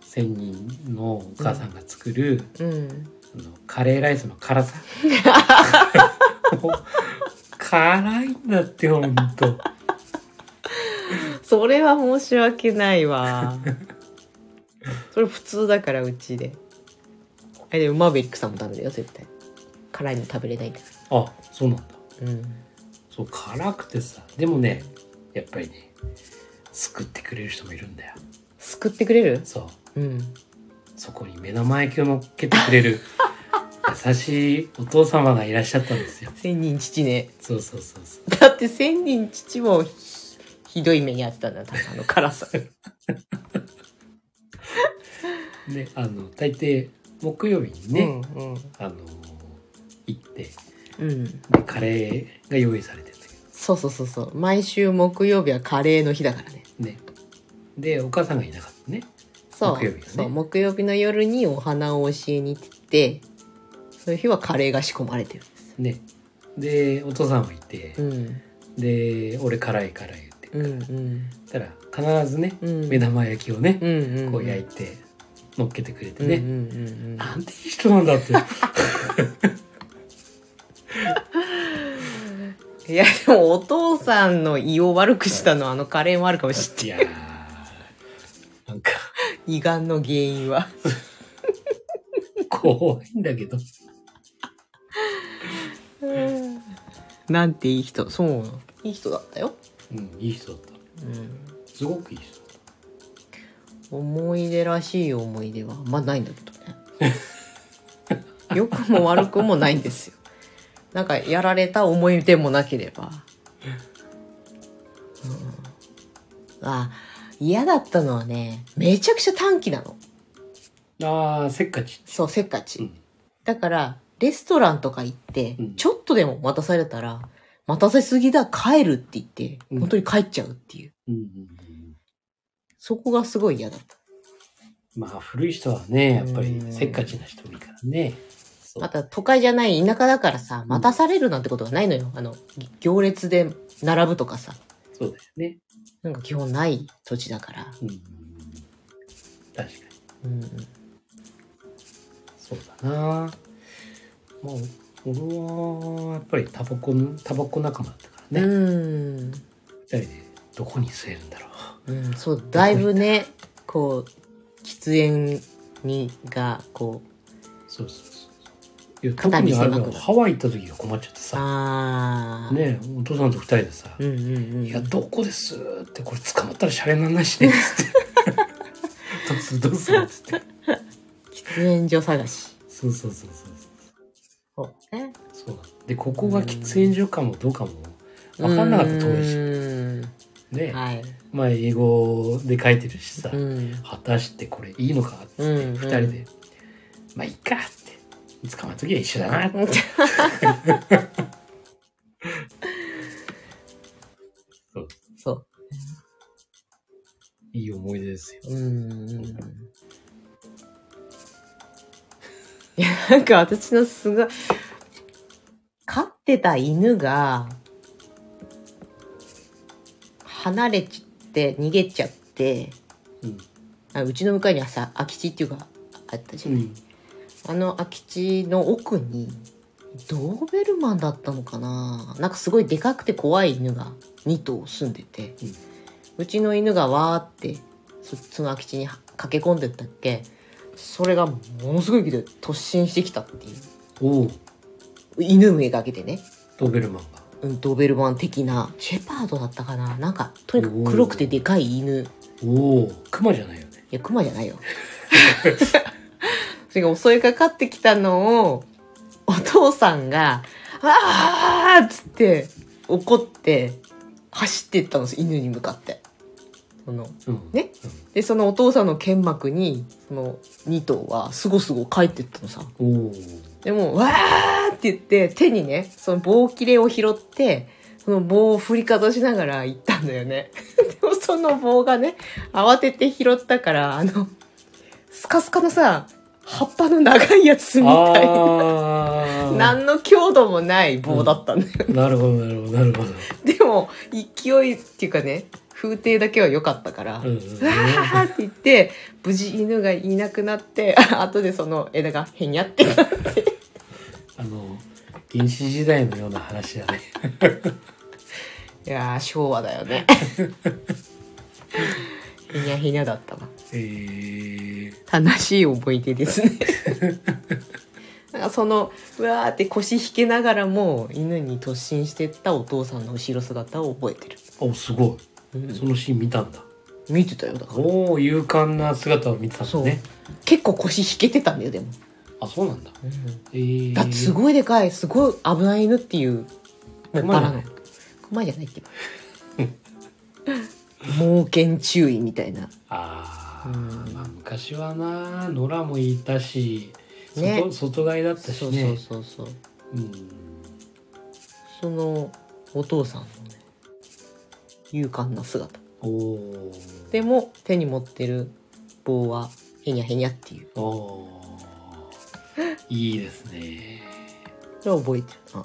Speaker 2: 仙人のお母さんが作る、
Speaker 1: うん
Speaker 2: あのカレーライスの辛さもう辛いんだってほんと
Speaker 1: それは申し訳ない <laughs> わそれ普通だからうちであれでもマーベリックさんもダメだよ絶対辛いの食べれないか
Speaker 2: あそうなんだ
Speaker 1: らうん
Speaker 2: そう辛くてさでもねやっぱりね救ってくれる人もいるんだよ
Speaker 1: 救ってくれる
Speaker 2: そう
Speaker 1: うん
Speaker 2: そこに目玉焼きを乗っけてく
Speaker 1: <laughs>
Speaker 2: れる優しいお父様がいらっしゃったんですよ
Speaker 1: 千人父ね
Speaker 2: そうそうそうそう
Speaker 1: だって千人父もひひどい目にあったんだ多分あの辛さ
Speaker 2: ね、あの大抵木曜日にね、
Speaker 1: うん
Speaker 2: あの行ってで
Speaker 1: うん、うん、
Speaker 2: カレーが用意されてるんだけ
Speaker 1: そうそうそうそう毎週木曜日はカレーの日だからね
Speaker 2: どねでお母さんがいなかったね
Speaker 1: そう
Speaker 2: 木曜日だね
Speaker 1: そう木曜日の夜にお花を教えに行ってそういう日はカレーが仕込まれてるんです
Speaker 2: ねでお父さんもいて、
Speaker 1: うん
Speaker 2: で俺辛い辛い言って
Speaker 1: うんうん
Speaker 2: たら必ずね、
Speaker 1: うん
Speaker 2: 目玉焼きをね
Speaker 1: う、んうん
Speaker 2: こう焼いて乗っけてくれてね、
Speaker 1: うんうんうんうん
Speaker 2: なんていい人な
Speaker 1: <laughs>
Speaker 2: んだって
Speaker 1: いやでもお父さんの胃を悪くしたのはあのカレーもあるかもしれない
Speaker 2: いやーなんか
Speaker 1: 胃がんの原因
Speaker 2: <laughs>
Speaker 1: は
Speaker 2: 怖いんだけど
Speaker 1: なんていい人そうなのいい人だったよ、
Speaker 2: うんいい人だった
Speaker 1: うん、
Speaker 2: すごくいい人
Speaker 1: 思い出らしい思い出はあんまあないんだけどね良くも悪くもないんですよなんかやられた思い出もなければ、うん、あ嫌だったのはねめちゃくちゃ短期なの
Speaker 2: あーせっかち
Speaker 1: そうせっかち、
Speaker 2: うん
Speaker 1: だからレストランとか行って、
Speaker 2: うん
Speaker 1: ちょっとでも待たされたら待たせすぎだ帰るって言って
Speaker 2: うん
Speaker 1: 本当に帰っちゃうっていう、
Speaker 2: うんうんうん
Speaker 1: そこがすごい嫌だった
Speaker 2: まあ古い人はねやっぱり
Speaker 1: うん
Speaker 2: せっかちな人多いからねそう
Speaker 1: また都会じゃない田舎だからさ、待たされるなんてことはないのよ。あの、ぎ行列で並ぶとかさ、
Speaker 2: そうだよね、
Speaker 1: なんか基本ない土地だから。
Speaker 2: うんうんうん、確かに
Speaker 1: うん。
Speaker 2: そうだなまあ俺はやっぱりタバコのタバコ仲間だったからね、
Speaker 1: うん。
Speaker 2: 二人でどこに吸えるんだろ
Speaker 1: うん、そう、だい
Speaker 2: <laughs>
Speaker 1: ぶね、こう、喫煙に、が、こう、
Speaker 2: うそうそうそういや特
Speaker 1: 肩身
Speaker 2: にあ
Speaker 1: 狭く
Speaker 2: れ
Speaker 1: なる
Speaker 2: だよハワイ行った時が困っちゃってさ
Speaker 1: ああ。。
Speaker 2: ねお父さんと二人でさ、
Speaker 1: うんうんうん。
Speaker 2: いや、どこですって、これ捕まったらシャレにならないしね、つって。 <laughs> どうするどうするつって。
Speaker 1: 喫煙所探し。
Speaker 2: そうそうそうそう。
Speaker 1: そうね。
Speaker 2: そうなんで、ここが喫煙所かもどうかも、分かんなかった当時。
Speaker 1: 時。
Speaker 2: ね、
Speaker 1: はい。
Speaker 2: まあ、英語で書いてるしさ、
Speaker 1: うん。
Speaker 2: 果たしてこれいいのかっつって、
Speaker 1: うんうん
Speaker 2: 二人で、まあ、いいかって。捕まるときは一緒だなって。そう
Speaker 1: そ
Speaker 2: いい思い出ですよ。
Speaker 1: う。うんうん。いや、なんか私のすごい、飼ってた犬が、離れちって、逃げちゃって、
Speaker 2: うん。
Speaker 1: あうちの向かいにはさ、空き地っていうか、あったじゃ。
Speaker 2: うんん。
Speaker 1: あの空き地の奥に、ドーベルマンだったのかななんかすごいでかくて怖い犬が2頭住んでて、
Speaker 2: うん
Speaker 1: うちの犬がわーってそその空き地に駆け込んでったっけそれがものすごい勢いで突進してきたっていう
Speaker 2: おう、
Speaker 1: 犬めがけてね、
Speaker 2: ドーベルマンが。
Speaker 1: うん、ドーベルマン的なシェパードだったかななんかとにかく黒くてでかい犬
Speaker 2: おお、クマじゃないよね。
Speaker 1: いやクマじゃないよ <laughs> それが襲いかかってきたのをお父さんが「あーっつって怒って走っていったんです犬に向かってその
Speaker 2: うん。
Speaker 1: ねでそのお父さんの剣幕にその2頭はすごすご帰ってったのさ
Speaker 2: うん。おお。
Speaker 1: でもうわーって言って手にねその棒切れを拾ってその棒を振りかざしながら行ったんだよね <laughs> でもその棒がね慌てて拾ったからあのスカスカのさ葉っぱの長いやつみたいな
Speaker 2: ああ。
Speaker 1: 何の強度もない棒だったんだよ、
Speaker 2: なるほど、なるほど、なるほど。
Speaker 1: でも勢いっていうかね風景だけは良かったから、
Speaker 2: うんうん
Speaker 1: わーって言って無事犬がいなくなって後でその枝がへにゃってなって
Speaker 2: あの、原始時代のような話だね。
Speaker 1: いやー昭和だよね <laughs> ひにゃひにゃだったわ
Speaker 2: えー、
Speaker 1: 楽しい思い出ですねなんかそのうわーって腰引けながらも犬に突進してったお父さんの後ろ姿を覚えてる、
Speaker 2: おすご
Speaker 1: う
Speaker 2: い。
Speaker 1: ん
Speaker 2: そのシーン見たんだ。
Speaker 1: 見てたよだから
Speaker 2: おお勇敢な姿を見てたんだ
Speaker 1: そう、
Speaker 2: ね。
Speaker 1: 結構腰引けてたんだよでも、
Speaker 2: あそうなんだ。えー、
Speaker 1: だってすごいでかいすごい危ない犬っていうもう
Speaker 2: 熊
Speaker 1: バ
Speaker 2: じゃ
Speaker 1: ラ
Speaker 2: な
Speaker 1: の
Speaker 2: い
Speaker 1: 熊じゃないってば <laughs> 猛犬注意みたいな
Speaker 2: ああ、
Speaker 1: うん
Speaker 2: まあ昔はな野良もいたし、外
Speaker 1: ね
Speaker 2: 外外だったし
Speaker 1: そう
Speaker 2: ね。
Speaker 1: そうそうそう
Speaker 2: うん
Speaker 1: そのお父さんのね勇敢な姿
Speaker 2: おおー。
Speaker 1: でも手に持ってる棒はへにゃへにゃっていう
Speaker 2: おおー。いいですね。
Speaker 1: それは覚えてるな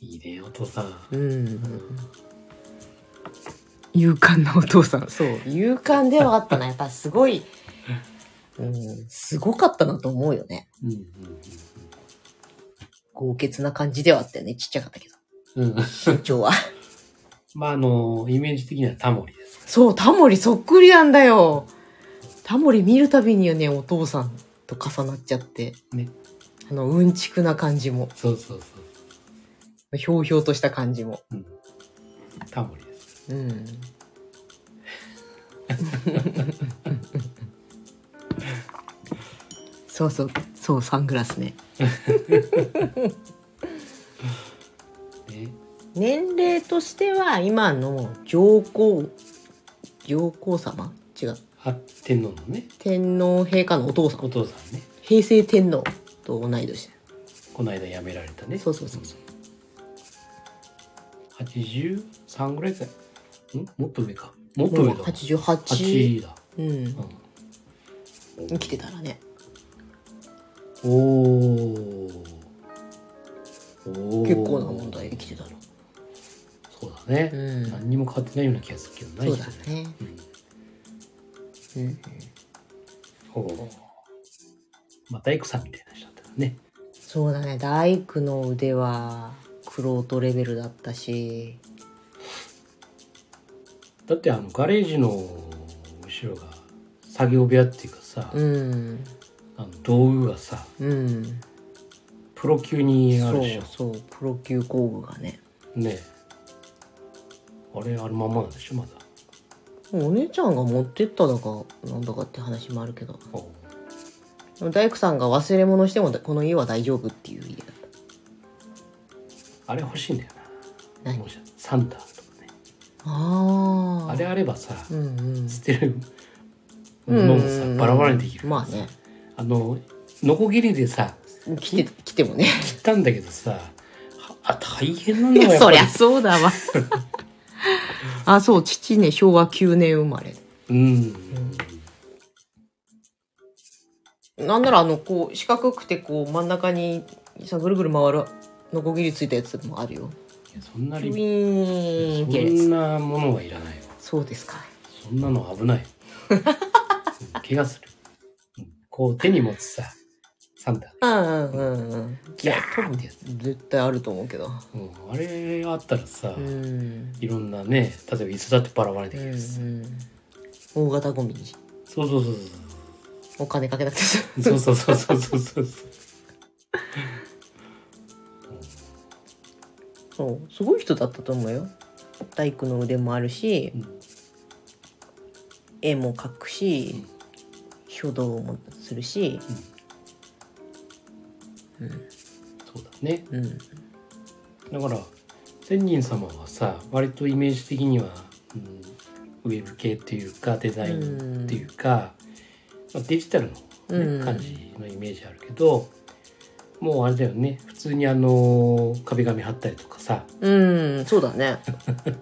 Speaker 1: い
Speaker 2: いねお父さん。
Speaker 1: うん勇敢なお父さんそう勇敢ではあったなやっぱすごい、うん、すごかったなと思うよね
Speaker 2: うん
Speaker 1: 豪傑な感じではあったよねちっちゃかったけど
Speaker 2: うんうん。うん。
Speaker 1: 身長は
Speaker 2: まああのイメージ的にはタモリです。
Speaker 1: そうタモリそっくりなんだよタモリ見るたびにねお父さんと重なっちゃって
Speaker 2: ね。
Speaker 1: あのうんちくな感じも
Speaker 2: そうそうそう。
Speaker 1: ひょうひょうとした感じも
Speaker 2: うん、タモリです。
Speaker 1: うんそうそうそうサングラスね
Speaker 2: ね。
Speaker 1: 年齢としては今の上皇上皇様違う
Speaker 2: あ天皇のね、
Speaker 1: 天皇陛下のお父さ
Speaker 2: お
Speaker 1: ん
Speaker 2: 父さんね、
Speaker 1: 平成天皇と同い年だ
Speaker 2: この間辞められたね。。
Speaker 1: そうそうそうそう
Speaker 2: 83ぐらいだよ。んもっと上か。もっと
Speaker 1: もう
Speaker 2: 上だ。
Speaker 1: 88
Speaker 2: 8だ。
Speaker 1: うん
Speaker 2: うん。
Speaker 1: 生きてたらね
Speaker 2: おおー。おー
Speaker 1: 結構な問題生きてたら
Speaker 2: そうだね、
Speaker 1: うん
Speaker 2: 何にも変わってないような気がするけどな
Speaker 1: そうだね
Speaker 2: うん
Speaker 1: うん
Speaker 2: おおまあ大工さんみたいな人だったからね
Speaker 1: そうだね大工の腕はクロートレベルだったし
Speaker 2: だってあのガレージの後ろが作業部屋っていうかさ、
Speaker 1: うん
Speaker 2: あの道具がさ
Speaker 1: うん
Speaker 2: プロ級にある
Speaker 1: そ
Speaker 2: でしょ
Speaker 1: うそうプロ級工具がね
Speaker 2: ねえあれあるまんまなんでしょまだ
Speaker 1: お姉ちゃんが持ってっただかなんだかって話もあるけど
Speaker 2: おう
Speaker 1: でも大工さんが忘れ物してもこの家は大丈夫っていう家だっ
Speaker 2: あれ欲しいんだよな
Speaker 1: 何
Speaker 2: もしサンタとかね
Speaker 1: たああ
Speaker 2: あれあればさ、
Speaker 1: うんうん
Speaker 2: 捨てる
Speaker 1: う
Speaker 2: も
Speaker 1: ん
Speaker 2: の
Speaker 1: う
Speaker 2: も
Speaker 1: ん
Speaker 2: さ
Speaker 1: うん
Speaker 2: バラバラにできる
Speaker 1: まあね
Speaker 2: あのノコギリでさ
Speaker 1: 来て来てもね
Speaker 2: 切ったんだけどさはあ大変なん
Speaker 1: い
Speaker 2: だよ
Speaker 1: や
Speaker 2: やっぱ
Speaker 1: <laughs> そ
Speaker 2: り
Speaker 1: りゃそうだわあそう父ね昭和9年生まれ
Speaker 2: うん
Speaker 1: なんならあのこう四角くてこう真ん中にさぐるぐる回るのこぎりついたやつもあるよ。
Speaker 2: いやそんな
Speaker 1: ウ
Speaker 2: に
Speaker 1: ィーンってやる
Speaker 2: そ
Speaker 1: や
Speaker 2: ん
Speaker 1: つ。
Speaker 2: なものはいらないよ
Speaker 1: そうですか。
Speaker 2: そんなの危 <laughs> ないようん怪我するうんこう手に持つさサンタ
Speaker 1: うんうんうん
Speaker 2: ギャー飛ぶってやつ、
Speaker 1: 絶対あると思うけど。
Speaker 2: うん、あれあったらさ、
Speaker 1: うん。
Speaker 2: いろんなね例えば椅子だってバラバラに
Speaker 1: う
Speaker 2: で
Speaker 1: ん
Speaker 2: きるし、
Speaker 1: うん。大型ゴミに
Speaker 2: そうそうそう
Speaker 1: お金かけなくて済む
Speaker 2: そうそうそうそうそうそうそう
Speaker 1: そうすごい人だったと思うよ。大工の腕もあるし
Speaker 2: うん、
Speaker 1: 絵も描くし、書道もするし、
Speaker 2: そうだね
Speaker 1: うん。
Speaker 2: だから仙人様はさ割とイメージ的には、うん、ウェブ系っていうかデザインっていうか、まあ、デジタルの、ね
Speaker 1: うん
Speaker 2: 感じのイメージあるけどもうあれだよね普通にあの壁紙貼ったりとかさ
Speaker 1: うん、そうだね。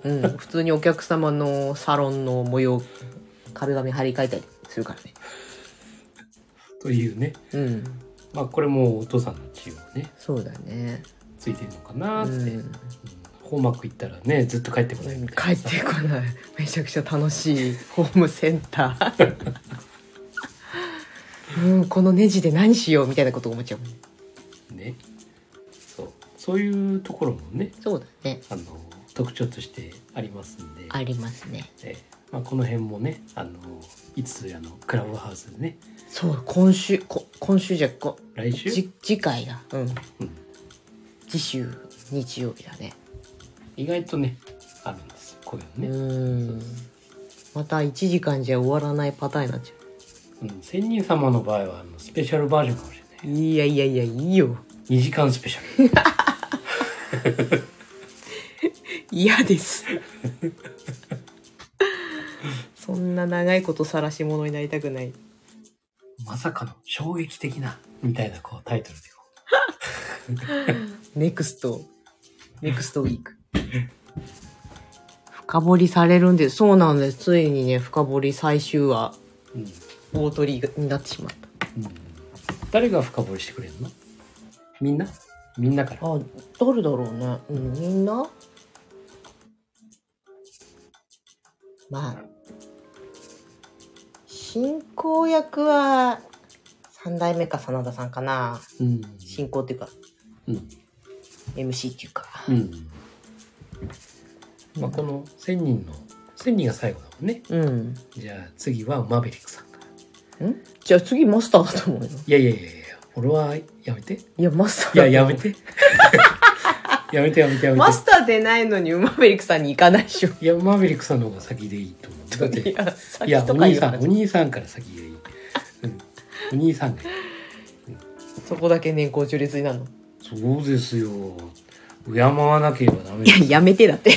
Speaker 1: うん、普通にお客様のサロンの模様、壁紙張り替えたりするからね。
Speaker 2: というね
Speaker 1: うん、
Speaker 2: まあこれもお父さんの血をね
Speaker 1: そうだね。
Speaker 2: ついてるのか
Speaker 1: う
Speaker 2: なって、うん
Speaker 1: ん、
Speaker 2: ホーマック行ったらねずっと帰ってこないみた
Speaker 1: 帰
Speaker 2: い
Speaker 1: っ
Speaker 2: なさ
Speaker 1: てこない。 <laughs> めちゃくちゃ楽しいホームセンタ <laughs> ー。うん、このネジで何しようみたいなこと思っちゃうもんね。
Speaker 2: ねそうそういうところもね
Speaker 1: そうだね。
Speaker 2: あの特徴としてありますんで、
Speaker 1: ありますね。
Speaker 2: えーまあ、この辺もねあのいつあのクラブハウスでね
Speaker 1: そう、今週、こ今週じゃ、こ
Speaker 2: 来週
Speaker 1: じ次回だ。うん。
Speaker 2: うん
Speaker 1: 次週、日曜日だね。
Speaker 2: 意外とねあるんですよこう
Speaker 1: う
Speaker 2: いうのね、
Speaker 1: ん。また1時間じゃ終わらないパターンになっちゃ
Speaker 2: うん、仙人様の場合はあのスペシャルバージョンかもしれな
Speaker 1: う。
Speaker 2: い
Speaker 1: いやいやいや、いいよ。
Speaker 2: 2時間スペシ <laughs> ャル
Speaker 1: 嫌です。そんな長いこと晒し者になりたくない。
Speaker 2: まさかの衝撃的なみたいなこうタイトルでこ
Speaker 1: ネクスト、ネクストウィーク。深掘りされるんです。そうなんです。ついにね、深掘り最終話、
Speaker 2: う、うん
Speaker 1: 大鳥になってしまった。
Speaker 2: うん、誰が深掘りしてくれるのみんなみんなから
Speaker 1: あ、誰だろうね。うん、みんなまあ、進行役は、三代目か真田さんかな。
Speaker 2: うん
Speaker 1: 進行っていうか、
Speaker 2: うん、
Speaker 1: MC っていうか。
Speaker 2: うんまあ、この1000人の1000人が最後だもんね
Speaker 1: うん。
Speaker 2: じゃあ次はマーベリックさんから
Speaker 1: んじゃあ次マスターだと思うよ。
Speaker 2: いやいやいやいや俺はやめて
Speaker 1: いや、マスター
Speaker 2: いやや
Speaker 1: <laughs>
Speaker 2: めてやめてやめてやめて
Speaker 1: マスターでないのにウマベリックさんに行かないでしょ。
Speaker 2: いやマーベリックさんの方が先でいいと思うだって
Speaker 1: いや、
Speaker 2: いや
Speaker 1: 先
Speaker 2: お
Speaker 1: とか
Speaker 2: 兄
Speaker 1: 言わ
Speaker 2: さ
Speaker 1: なんい
Speaker 2: お兄さんから先がいい、うん、お兄さんがいい
Speaker 1: そこだけ年功序列になるの。
Speaker 2: そうですよ敬わなければダメです
Speaker 1: やめてだって。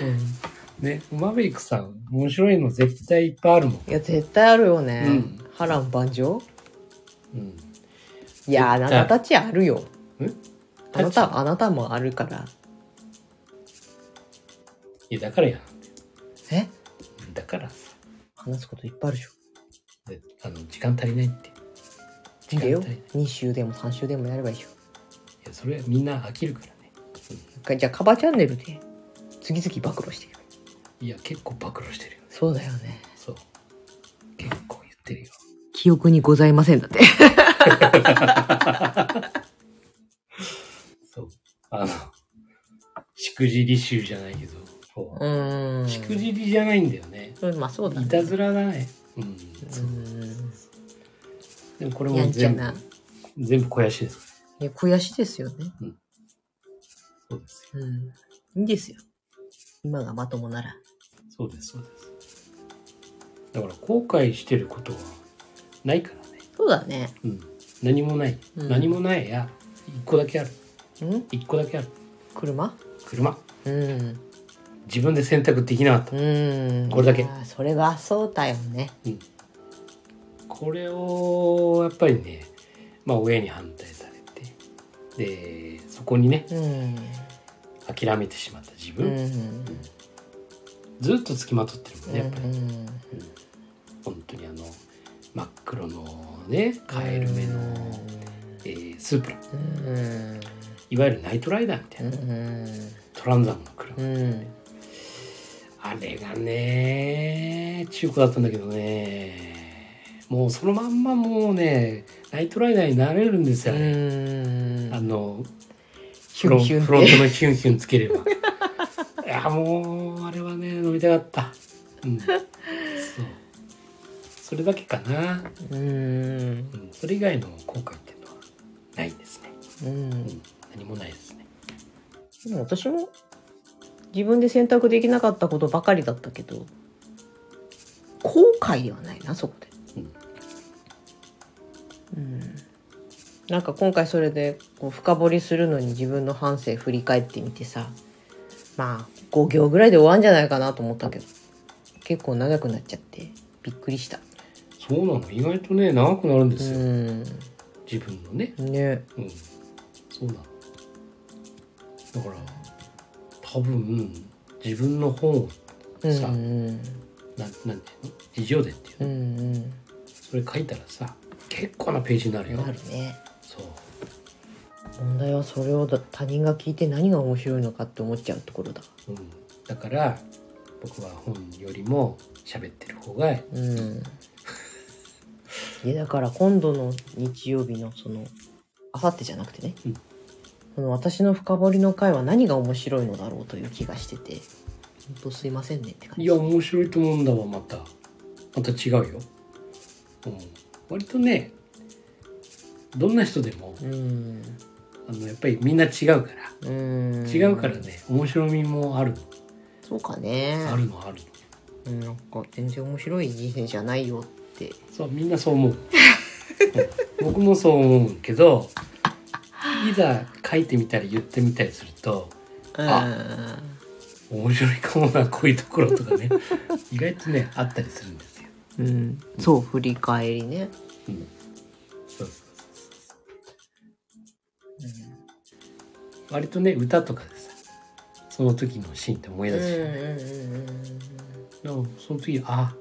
Speaker 2: うんね、マーベリックさん、面白いの絶対いっぱいあるもん。
Speaker 1: いや、絶対あるよね。
Speaker 2: うん
Speaker 1: 波乱万丈
Speaker 2: うん。
Speaker 1: いや、あ
Speaker 2: 絶
Speaker 1: な
Speaker 2: 対
Speaker 1: たたちあるよ。
Speaker 2: え
Speaker 1: あなた、あなたもあるから。
Speaker 2: いや、だからや。
Speaker 1: え
Speaker 2: だからさ、
Speaker 1: 話すこといっぱいあるでしょ。
Speaker 2: であの、時間足りないって。時
Speaker 1: だ
Speaker 2: 間
Speaker 1: よ
Speaker 2: 足りない。い。
Speaker 1: 2週でも3週でもやればいいでしょ。
Speaker 2: や、それみんな飽きるからね。
Speaker 1: じゃあ、カバチャンネルで、次々暴露していけばいい
Speaker 2: いや、結構暴露してるよ。
Speaker 1: そうだよね。
Speaker 2: そう。結構言ってるよ。
Speaker 1: 記憶にございませんだって。
Speaker 2: そう。あの、しくじり集じゃないけど、こ
Speaker 1: うー
Speaker 2: う、
Speaker 1: ん。
Speaker 2: しくじりじゃないんだよね。
Speaker 1: うんまあそうだ
Speaker 2: い
Speaker 1: ね。
Speaker 2: たずらだね。うん。そう
Speaker 1: う
Speaker 2: でもこれ
Speaker 1: ん。や
Speaker 2: も
Speaker 1: んちゃ
Speaker 2: 全部
Speaker 1: な。、
Speaker 2: 全部肥やしですか
Speaker 1: いや、悔しいですよね。
Speaker 2: ら。そうですよ。
Speaker 1: うん。いいですよ。今がまともなら。
Speaker 2: そうですそうですだから後悔してることはないからね、
Speaker 1: そうだね。
Speaker 2: うん、何もない、
Speaker 1: うん
Speaker 2: 何もないや一個だけある
Speaker 1: うん
Speaker 2: 一個だけある
Speaker 1: 車
Speaker 2: 車
Speaker 1: うん。
Speaker 2: 自分で選択できなかった、
Speaker 1: うん。
Speaker 2: これだけ
Speaker 1: いやーそれはそうだよね。
Speaker 2: うん、これをやっぱりねまあ親に反対されてでそこにね
Speaker 1: うん。
Speaker 2: 諦めてしまった自
Speaker 1: う
Speaker 2: 分、
Speaker 1: ん。
Speaker 2: ずっとつきまとってるもんねやっぱり、
Speaker 1: うん
Speaker 2: 本当にあの真っ黒のねカエル目の、えースープラ
Speaker 1: うん。
Speaker 2: いわゆるナイトライダーみたいな、
Speaker 1: うん。
Speaker 2: トランザムの車、
Speaker 1: うん。
Speaker 2: あれがね中古だったんだけどねもうそのまんまもうねナイトライダーになれるんですよ、ねあの
Speaker 1: ヒ
Speaker 2: フ
Speaker 1: ュ
Speaker 2: ロ
Speaker 1: ン
Speaker 2: ン
Speaker 1: ヒュンって
Speaker 2: フロントのヒュンヒュンつけれ
Speaker 1: <laughs>
Speaker 2: ばいやもうあれはね飲みたかったうんそうそれだけかな、
Speaker 1: うん
Speaker 2: う。ん、それ以外の後悔っていうのはないですね、
Speaker 1: うん
Speaker 2: う。ん、何もないですね
Speaker 1: でも私も自分で選択できなかったことばかりだったけど後悔ではないなそこで、うん、なんか今回それでこう深掘りするのに自分の反省振り返ってみてさまあ5行ぐらいで終わんじゃないかなと思ったけど結構長くなっちゃってびっくりした
Speaker 2: そうなの意外とね長くなるんで
Speaker 1: う
Speaker 2: すよ、
Speaker 1: ん
Speaker 2: 自分のね
Speaker 1: ね
Speaker 2: うん、そうなのだから多分自分の本を
Speaker 1: うんう
Speaker 2: さ
Speaker 1: ん
Speaker 2: なんなんていうの自情伝っていう
Speaker 1: う
Speaker 2: の、
Speaker 1: ん
Speaker 2: それ書いたらさ結構なページになる
Speaker 1: うん
Speaker 2: よ
Speaker 1: なるね
Speaker 2: そう
Speaker 1: 問題はそれをだ他人が聞いて何が面白いのかって思っちゃうところだ
Speaker 2: うん、だから <laughs> 僕は本よりも喋ってる方が
Speaker 1: うんいやだから今度の日曜日のそのあさってじゃなくてね、
Speaker 2: うん
Speaker 1: その私の深掘りの回は何が面白いのだろうという気がしてて本当すいませんねって感じ
Speaker 2: いや面白いと思うんだわまたまた違うよ、うん、割とねどんな人でも
Speaker 1: うん
Speaker 2: あのやっぱりみんな違うから
Speaker 1: うん
Speaker 2: 違うからね面白みもある
Speaker 1: そうかね
Speaker 2: あるのあるの
Speaker 1: うんなんか全然面白い人生じゃないよって
Speaker 2: そうみんなそう思ううん僕もそう思うけどいざ書いてみたり言ってみたりすると
Speaker 1: あ
Speaker 2: 面白いかもなこういうところとかね意外とねあったりするんですよ。
Speaker 1: うんそう振り返りね、
Speaker 2: うん、そうそうそう割とね歌とかでさその時のシーンって思い
Speaker 1: うん、
Speaker 2: 出
Speaker 1: うん
Speaker 2: すし、
Speaker 1: う
Speaker 2: ね
Speaker 1: んうん
Speaker 2: でもその時あ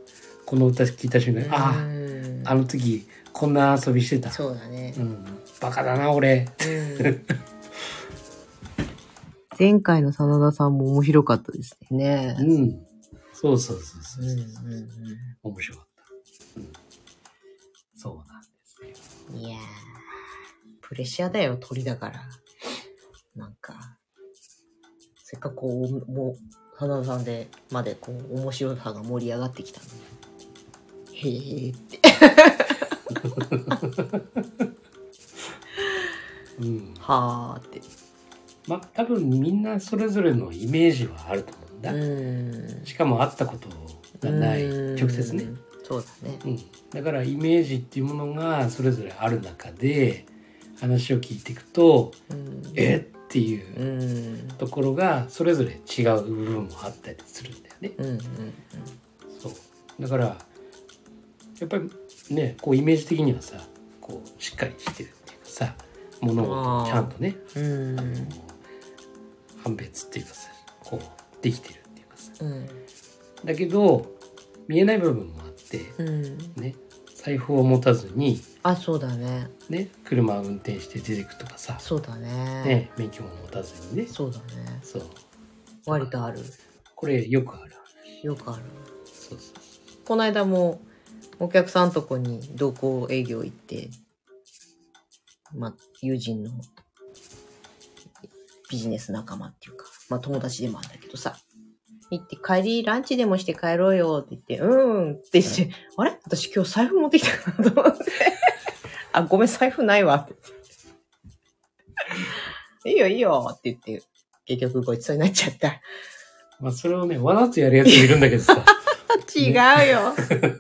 Speaker 2: この歌聞いた瞬間
Speaker 1: うん
Speaker 2: あ
Speaker 1: うん
Speaker 2: あの時こんな遊びしてた、
Speaker 1: そうだね
Speaker 2: うん、バカだな俺
Speaker 1: うん前回の真田さんも面白かったですね
Speaker 2: う。んそうそうそうそう
Speaker 1: うん
Speaker 2: そう、
Speaker 1: う
Speaker 2: 面白かった、うん、そうなんですよ
Speaker 1: んうん、いやープレッシャーだよ鳥だからなんかせっかくこうもう花田さんでまでこう面白さが盛り上がってきたのにへえって
Speaker 2: うん
Speaker 1: はあって
Speaker 2: まあ多分みんなそれぞれのイメージはあると思うんだ、
Speaker 1: うん
Speaker 2: しかも会ったことがない
Speaker 1: うん
Speaker 2: 直接ね、
Speaker 1: そうだね
Speaker 2: うん、だからイメージっていうものがそれぞれある中で話を聞いていくと
Speaker 1: うん
Speaker 2: えっていううん
Speaker 1: うん
Speaker 2: ところがそれぞれ違う部分もあったりするんだよね。
Speaker 1: うんうん
Speaker 2: そうだからやっぱりねこうイメージ的にはさこうしっかりしてるっていうかさ物事をちゃんとね
Speaker 1: うん
Speaker 2: あの判別っていうかさこうできてるっていうかさ
Speaker 1: うん
Speaker 2: だけど見えない部分もあって
Speaker 1: うん
Speaker 2: ね財布を持たずに
Speaker 1: あそうだね
Speaker 2: ね車を運転して出てくとかさ、
Speaker 1: そうだね
Speaker 2: ね、免許も持たずにね
Speaker 1: そうだね
Speaker 2: そう
Speaker 1: 割とある
Speaker 2: これよくある
Speaker 1: よくある
Speaker 2: そうそうそ
Speaker 1: この間もお客さんとこに同行営業行って、まあ、友人のビジネス仲間っていうか、まあ、友達でもあるんだけどさ、行って帰りランチでもして帰ろうよって言って、うーんって言って、あれ私今日財布持ってきたかなと思って。 <laughs> あ、ごめん財布ないわって <laughs> 言って。いいよいいよって言って、結局ごちそうになっちゃった。
Speaker 2: うまあそれをねわざとやるやつもいるんだけ
Speaker 1: <laughs>
Speaker 2: どさ
Speaker 1: 違うよ。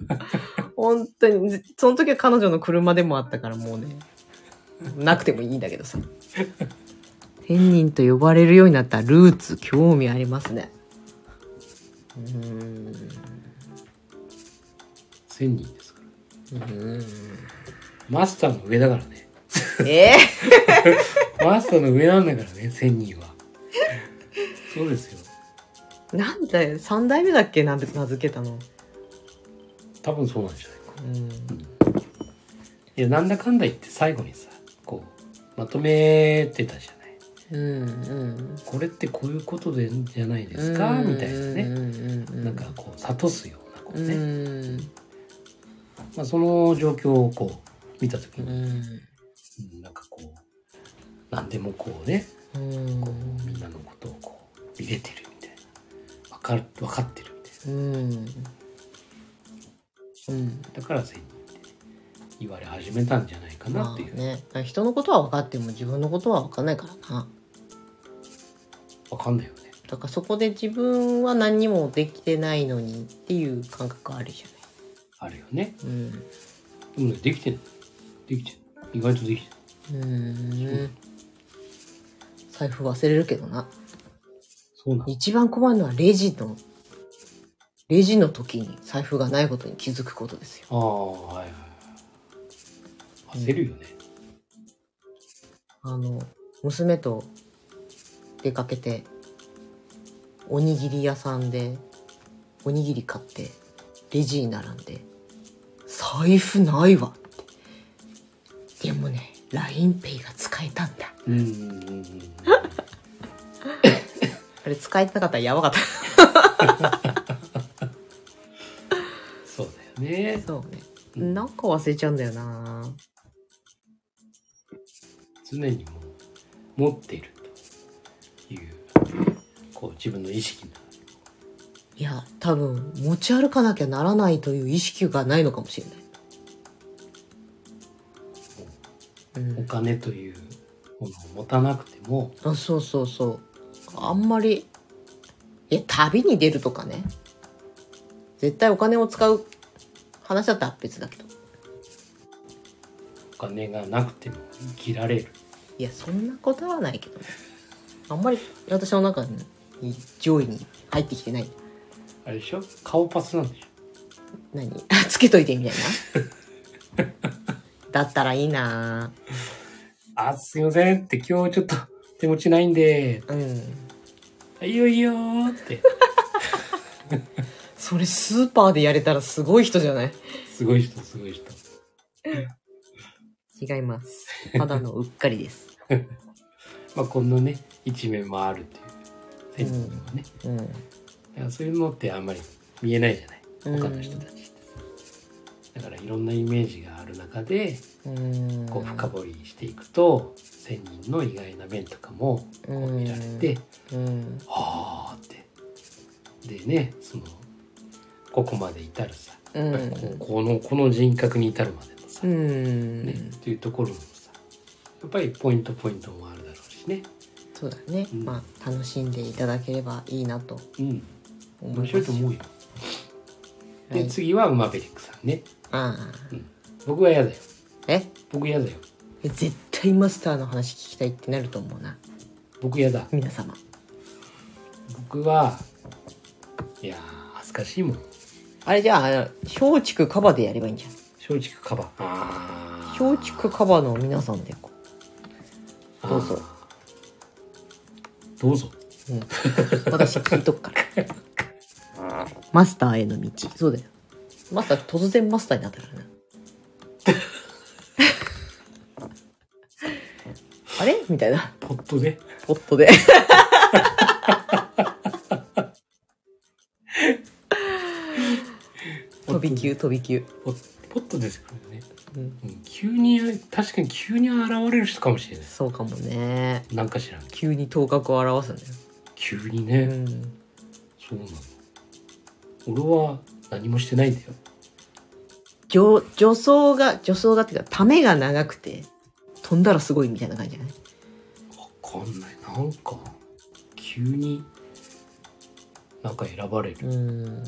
Speaker 1: <laughs> 本当に、その時は彼女の車でもあったからもうね、なくてもいいんだけどさ。天人と呼ばれるようになったルーツ、興味ありますね。うーん。う
Speaker 2: 1,000人ですから
Speaker 1: ーん
Speaker 2: マスターの上だからね
Speaker 1: え
Speaker 2: マスターの上なんだからね1,000人はそうですよ
Speaker 1: ー、なんだよ、3代目だっけなんて名付けたの。
Speaker 2: 多分そうなんじゃないか
Speaker 1: うん。
Speaker 2: いやなんだかんだ言って最後にさこうまとめてたじゃ
Speaker 1: う
Speaker 2: ない
Speaker 1: んうん。
Speaker 2: これってこういうことでじゃないですかみたいな
Speaker 1: う
Speaker 2: ね
Speaker 1: んうんうん。
Speaker 2: なんかこう諭すようなこ
Speaker 1: う
Speaker 2: うね、
Speaker 1: ん。
Speaker 2: まあ、その状況をこう見た時
Speaker 1: う
Speaker 2: に、
Speaker 1: ん。
Speaker 2: うんなんかこう何でもこうね
Speaker 1: うん。
Speaker 2: こうみんなのことをこう見れてるみたいな分かる分かってるみたい
Speaker 1: うん。うん。
Speaker 2: なだから善人って言われ始めたんじゃないかなっていう、
Speaker 1: まあね、だから人のことは分かっても自分のことは分かんないからな
Speaker 2: 分かんないよね
Speaker 1: だからそこで自分は何にもできてないのにっていう感覚あるじ
Speaker 2: あるよね
Speaker 1: ゃない
Speaker 2: でもねできてんのできてんの意外とできてんの
Speaker 1: うんうん財布忘れるけどな
Speaker 2: そうなの
Speaker 1: 一番困るのはレジのレジの時に財布がないことに気づくことですよ
Speaker 2: ああはいはいはい焦るよね、
Speaker 1: あの娘と出かけておにぎり屋さんでおにぎり買ってレジに並んで「財布ないわ」ってでもね LINEPay が使えたんだ
Speaker 2: うんうんうんうん
Speaker 1: あれ使えてなかったらやばかった
Speaker 2: そうだよね
Speaker 1: そうねなんか忘れちゃうんだよな
Speaker 2: 常にもう持っているというこう自分の意識が
Speaker 1: いや多分持ち歩かなきゃならないという意識がないのかもしれない、う
Speaker 2: お
Speaker 1: ん、
Speaker 2: 金というものを持たなくても
Speaker 1: あそうそうそうあんまりえ旅に出るとかね絶対お金を使う話だったら別だけど
Speaker 2: お金がなくても生きられる
Speaker 1: いやそんなことはないけどねあんまり私の中に上位に入ってきてない
Speaker 2: あれでしょ顔パスなんでしょ
Speaker 1: 何 <laughs> あつけといてみたいなだったらいいな
Speaker 2: あすいませんって今日ちょっと手持ちないんで
Speaker 1: うん
Speaker 2: いいよいいよーって
Speaker 1: それスーパーでやれたらすごい人じゃない
Speaker 2: すごい人すごい人
Speaker 1: 違いますただのうっかりです
Speaker 2: まあこんなね一面もあるっていう先人はね、
Speaker 1: うん
Speaker 2: だからそういうのってあんまり見えないじゃない
Speaker 1: うん
Speaker 2: 他の人たちって、だからいろんなイメージがある中で
Speaker 1: うん
Speaker 2: こう深掘りしていくと仙人の意外な面とかもこう見られて
Speaker 1: うん
Speaker 2: ああってでねそのここまで至るさ
Speaker 1: う
Speaker 2: やっぱり
Speaker 1: ん
Speaker 2: ここのこの人格に至るまでのさ、
Speaker 1: う
Speaker 2: ね
Speaker 1: ん、
Speaker 2: っていうところのさやっぱりポイントポイントもあるだろうしね
Speaker 1: そうだね、
Speaker 2: うん
Speaker 1: まあ楽しんでいただければいいなと
Speaker 2: うん
Speaker 1: 思い
Speaker 2: 面
Speaker 1: ます
Speaker 2: 白いと思うよ
Speaker 1: は
Speaker 2: で
Speaker 1: い、
Speaker 2: 次は馬ベリックさんね
Speaker 1: ああ
Speaker 2: 僕は嫌だよ
Speaker 1: え
Speaker 2: 僕嫌だよ
Speaker 1: え絶対マスターの話聞きたいってなると思うな
Speaker 2: 僕嫌だ
Speaker 1: 皆様
Speaker 2: 僕はいやー恥ずかしいもん
Speaker 1: あれじゃああの松竹カバでやればいいんじゃん
Speaker 2: 松竹カバあー
Speaker 1: 松竹カバの皆さんで
Speaker 2: <laughs>
Speaker 1: こどうぞ
Speaker 2: あーどうぞ
Speaker 1: う、うん、私聞いとくからマスターへの道そうだよマスター突然マスターになった
Speaker 2: <laughs>
Speaker 1: からなあれみたいな
Speaker 2: ポットで
Speaker 1: ポット
Speaker 2: <laughs>
Speaker 1: で飛び級飛び級、
Speaker 2: ポッポットですからね、
Speaker 1: うん、
Speaker 2: うん急に確かに急に現れる人かもしれない
Speaker 1: そうかもね
Speaker 2: なんか知らん
Speaker 1: 急に頭角を現すんだよ
Speaker 2: 急にね、
Speaker 1: うん
Speaker 2: そうなの俺は何もしてないんだよ
Speaker 1: 助助走が助走がっていうかためが長くて飛んだらすごいみたいな感じじゃない
Speaker 2: わかんないなんか急になんか選ばれる、
Speaker 1: うん
Speaker 2: うん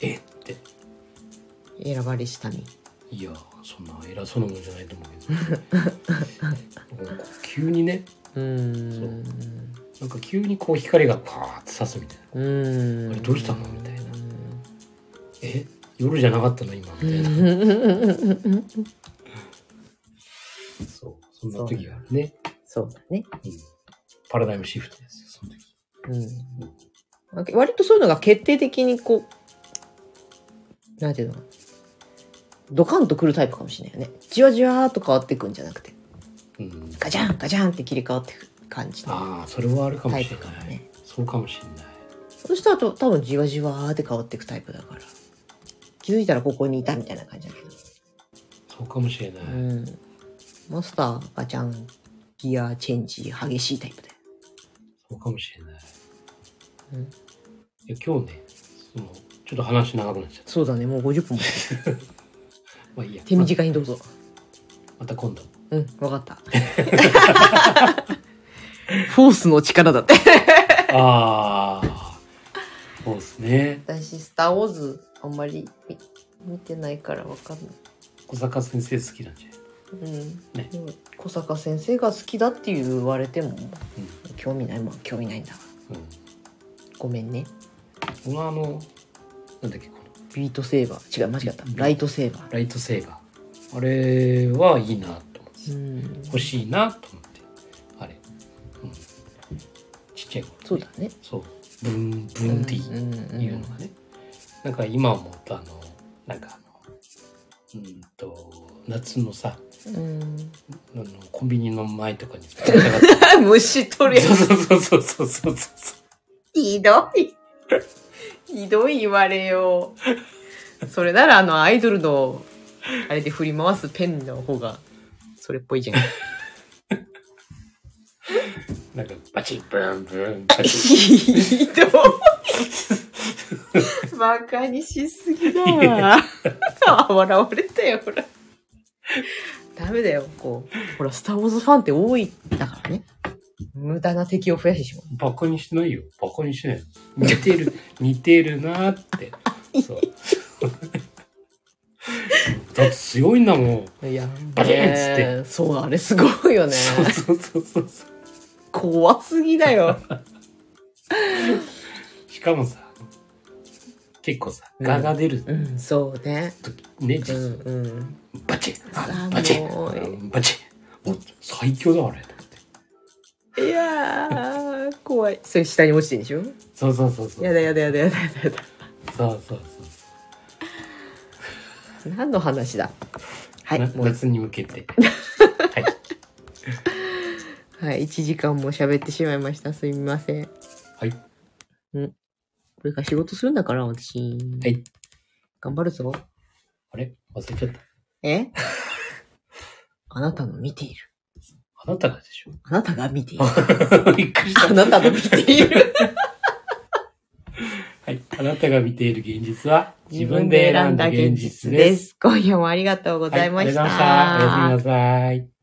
Speaker 2: えって
Speaker 1: 選ばれしたに
Speaker 2: いやそんな偉そうなもんじゃないと思うけ
Speaker 1: <laughs>
Speaker 2: どなんか急にね
Speaker 1: うん
Speaker 2: なんか急にこう光がパーって差すみたいな
Speaker 1: うん
Speaker 2: あれどうしたのみたいなえ夜じゃなかったの今みたいな、 <laughs>
Speaker 1: うん
Speaker 2: そうそんな時があるね、
Speaker 1: そうだね
Speaker 2: うん、パラダイムシフトですよその
Speaker 1: う
Speaker 2: 時
Speaker 1: ん、割とそういうのが決定的にこうなんていうのかなドカンとくるタイプかもしれないよねじわじわーっと変わっていくんじゃなくて
Speaker 2: うん
Speaker 1: ガチャンガチャンって切り替わっていく感じの
Speaker 2: ああそれはあるかもしれ
Speaker 1: タイプか
Speaker 2: な
Speaker 1: も
Speaker 2: い、
Speaker 1: ね
Speaker 2: そうかもしれない
Speaker 1: そしたらと多分じわじわーって変わっていくタイプだから気づいたらここにいたみたいな感じだけど、
Speaker 2: そうかもしれない、
Speaker 1: うん、マスターガチャンギアチェンジ激しいタイプだよ
Speaker 2: そうかもしれない,、
Speaker 1: うん
Speaker 2: いや今日ねそのちょっと話長くなっちゃっ
Speaker 1: そうだねもう50分も
Speaker 2: たまあいいや
Speaker 1: <laughs> 手短にどうぞ
Speaker 2: また今度
Speaker 1: うんわかった <laughs> フォースの力だって
Speaker 2: ああそうですね
Speaker 1: 私「スター・ウォーズ」あんまり見見てないからわかんない、
Speaker 2: 小坂先生好きなんじゃない
Speaker 1: うん
Speaker 2: ね
Speaker 1: でも小坂先生が好きだって言われても
Speaker 2: うん
Speaker 1: 興味ないもん興味ないんだからごめんね
Speaker 2: このあのなんだっけこの
Speaker 1: ビートセーバー違う間違った
Speaker 2: うん
Speaker 1: ライトセーバ
Speaker 2: ライトセーバーあれはいいなと思って
Speaker 1: ーうん
Speaker 2: 欲しいなと思ってあれ、うん、ちっちゃい頃
Speaker 1: そうだね
Speaker 2: そうブンブンディ
Speaker 1: うんうんうん
Speaker 2: いうのがねなんか今思うとあのなんかあのうんと夏のさ
Speaker 1: うん
Speaker 2: あのコンビニの前とかに
Speaker 1: 虫取るや
Speaker 2: <laughs> そうそうそうそうそうそう
Speaker 1: ひどいひどい言われようそれならあのアイドルのあれで振り回すペンの方が、それっぽいじゃん。
Speaker 2: なんか、バチン、ブン、ブン、バチン。
Speaker 1: ひどい。バカにしすぎだわ。笑われたよ、ほら。ダメだよ、こう。ほら、スター・ウォーズファンって多いんだからね。無駄な敵を増やしてしまう。
Speaker 2: バカにしてないよ。バカにしてないよ。似てる、似てるなって。そう。 <laughs> だって強いんだもん。
Speaker 1: いや、
Speaker 2: バチンっつって
Speaker 1: ねそう、あれすごいよね。
Speaker 2: そうそうそうそう。
Speaker 1: 怖すぎだよ。
Speaker 2: しかもさ、結構さ、
Speaker 1: うん
Speaker 2: ガが出る
Speaker 1: うん、そうね。
Speaker 2: 時、ね、
Speaker 1: う
Speaker 2: 実
Speaker 1: ん、うん。
Speaker 2: バチン
Speaker 1: あ
Speaker 2: バチン
Speaker 1: もう
Speaker 2: バチンもう最強だ、あれ。
Speaker 1: いやー、怖い。それ下に落ちてんでしょ
Speaker 2: そうそうそうそう。
Speaker 1: やだやだやだやだやだやだ。
Speaker 2: そうそうそう
Speaker 1: 何の話だはい、
Speaker 2: な
Speaker 1: もう、
Speaker 2: 夏に向けて。はい。
Speaker 1: はい、1時間も喋ってしまいました。すみません。こ
Speaker 2: はい。
Speaker 1: れから仕事するんだから、私。
Speaker 2: はい。
Speaker 1: 頑張るぞ。
Speaker 2: あれ忘れちゃった。 <laughs>
Speaker 1: えあなたの見ている。
Speaker 2: あなたがで
Speaker 1: <laughs>
Speaker 2: しょ
Speaker 1: あなたが見ている。
Speaker 2: びっくりし
Speaker 1: <laughs> あ
Speaker 2: た。
Speaker 1: なたの見ている。
Speaker 2: はい。あなたが見ている現実は、 <laughs> 自分で選んだ現実です。
Speaker 1: す。今夜もありがとうございました。
Speaker 2: はいありがとうございました。おやすみなさい。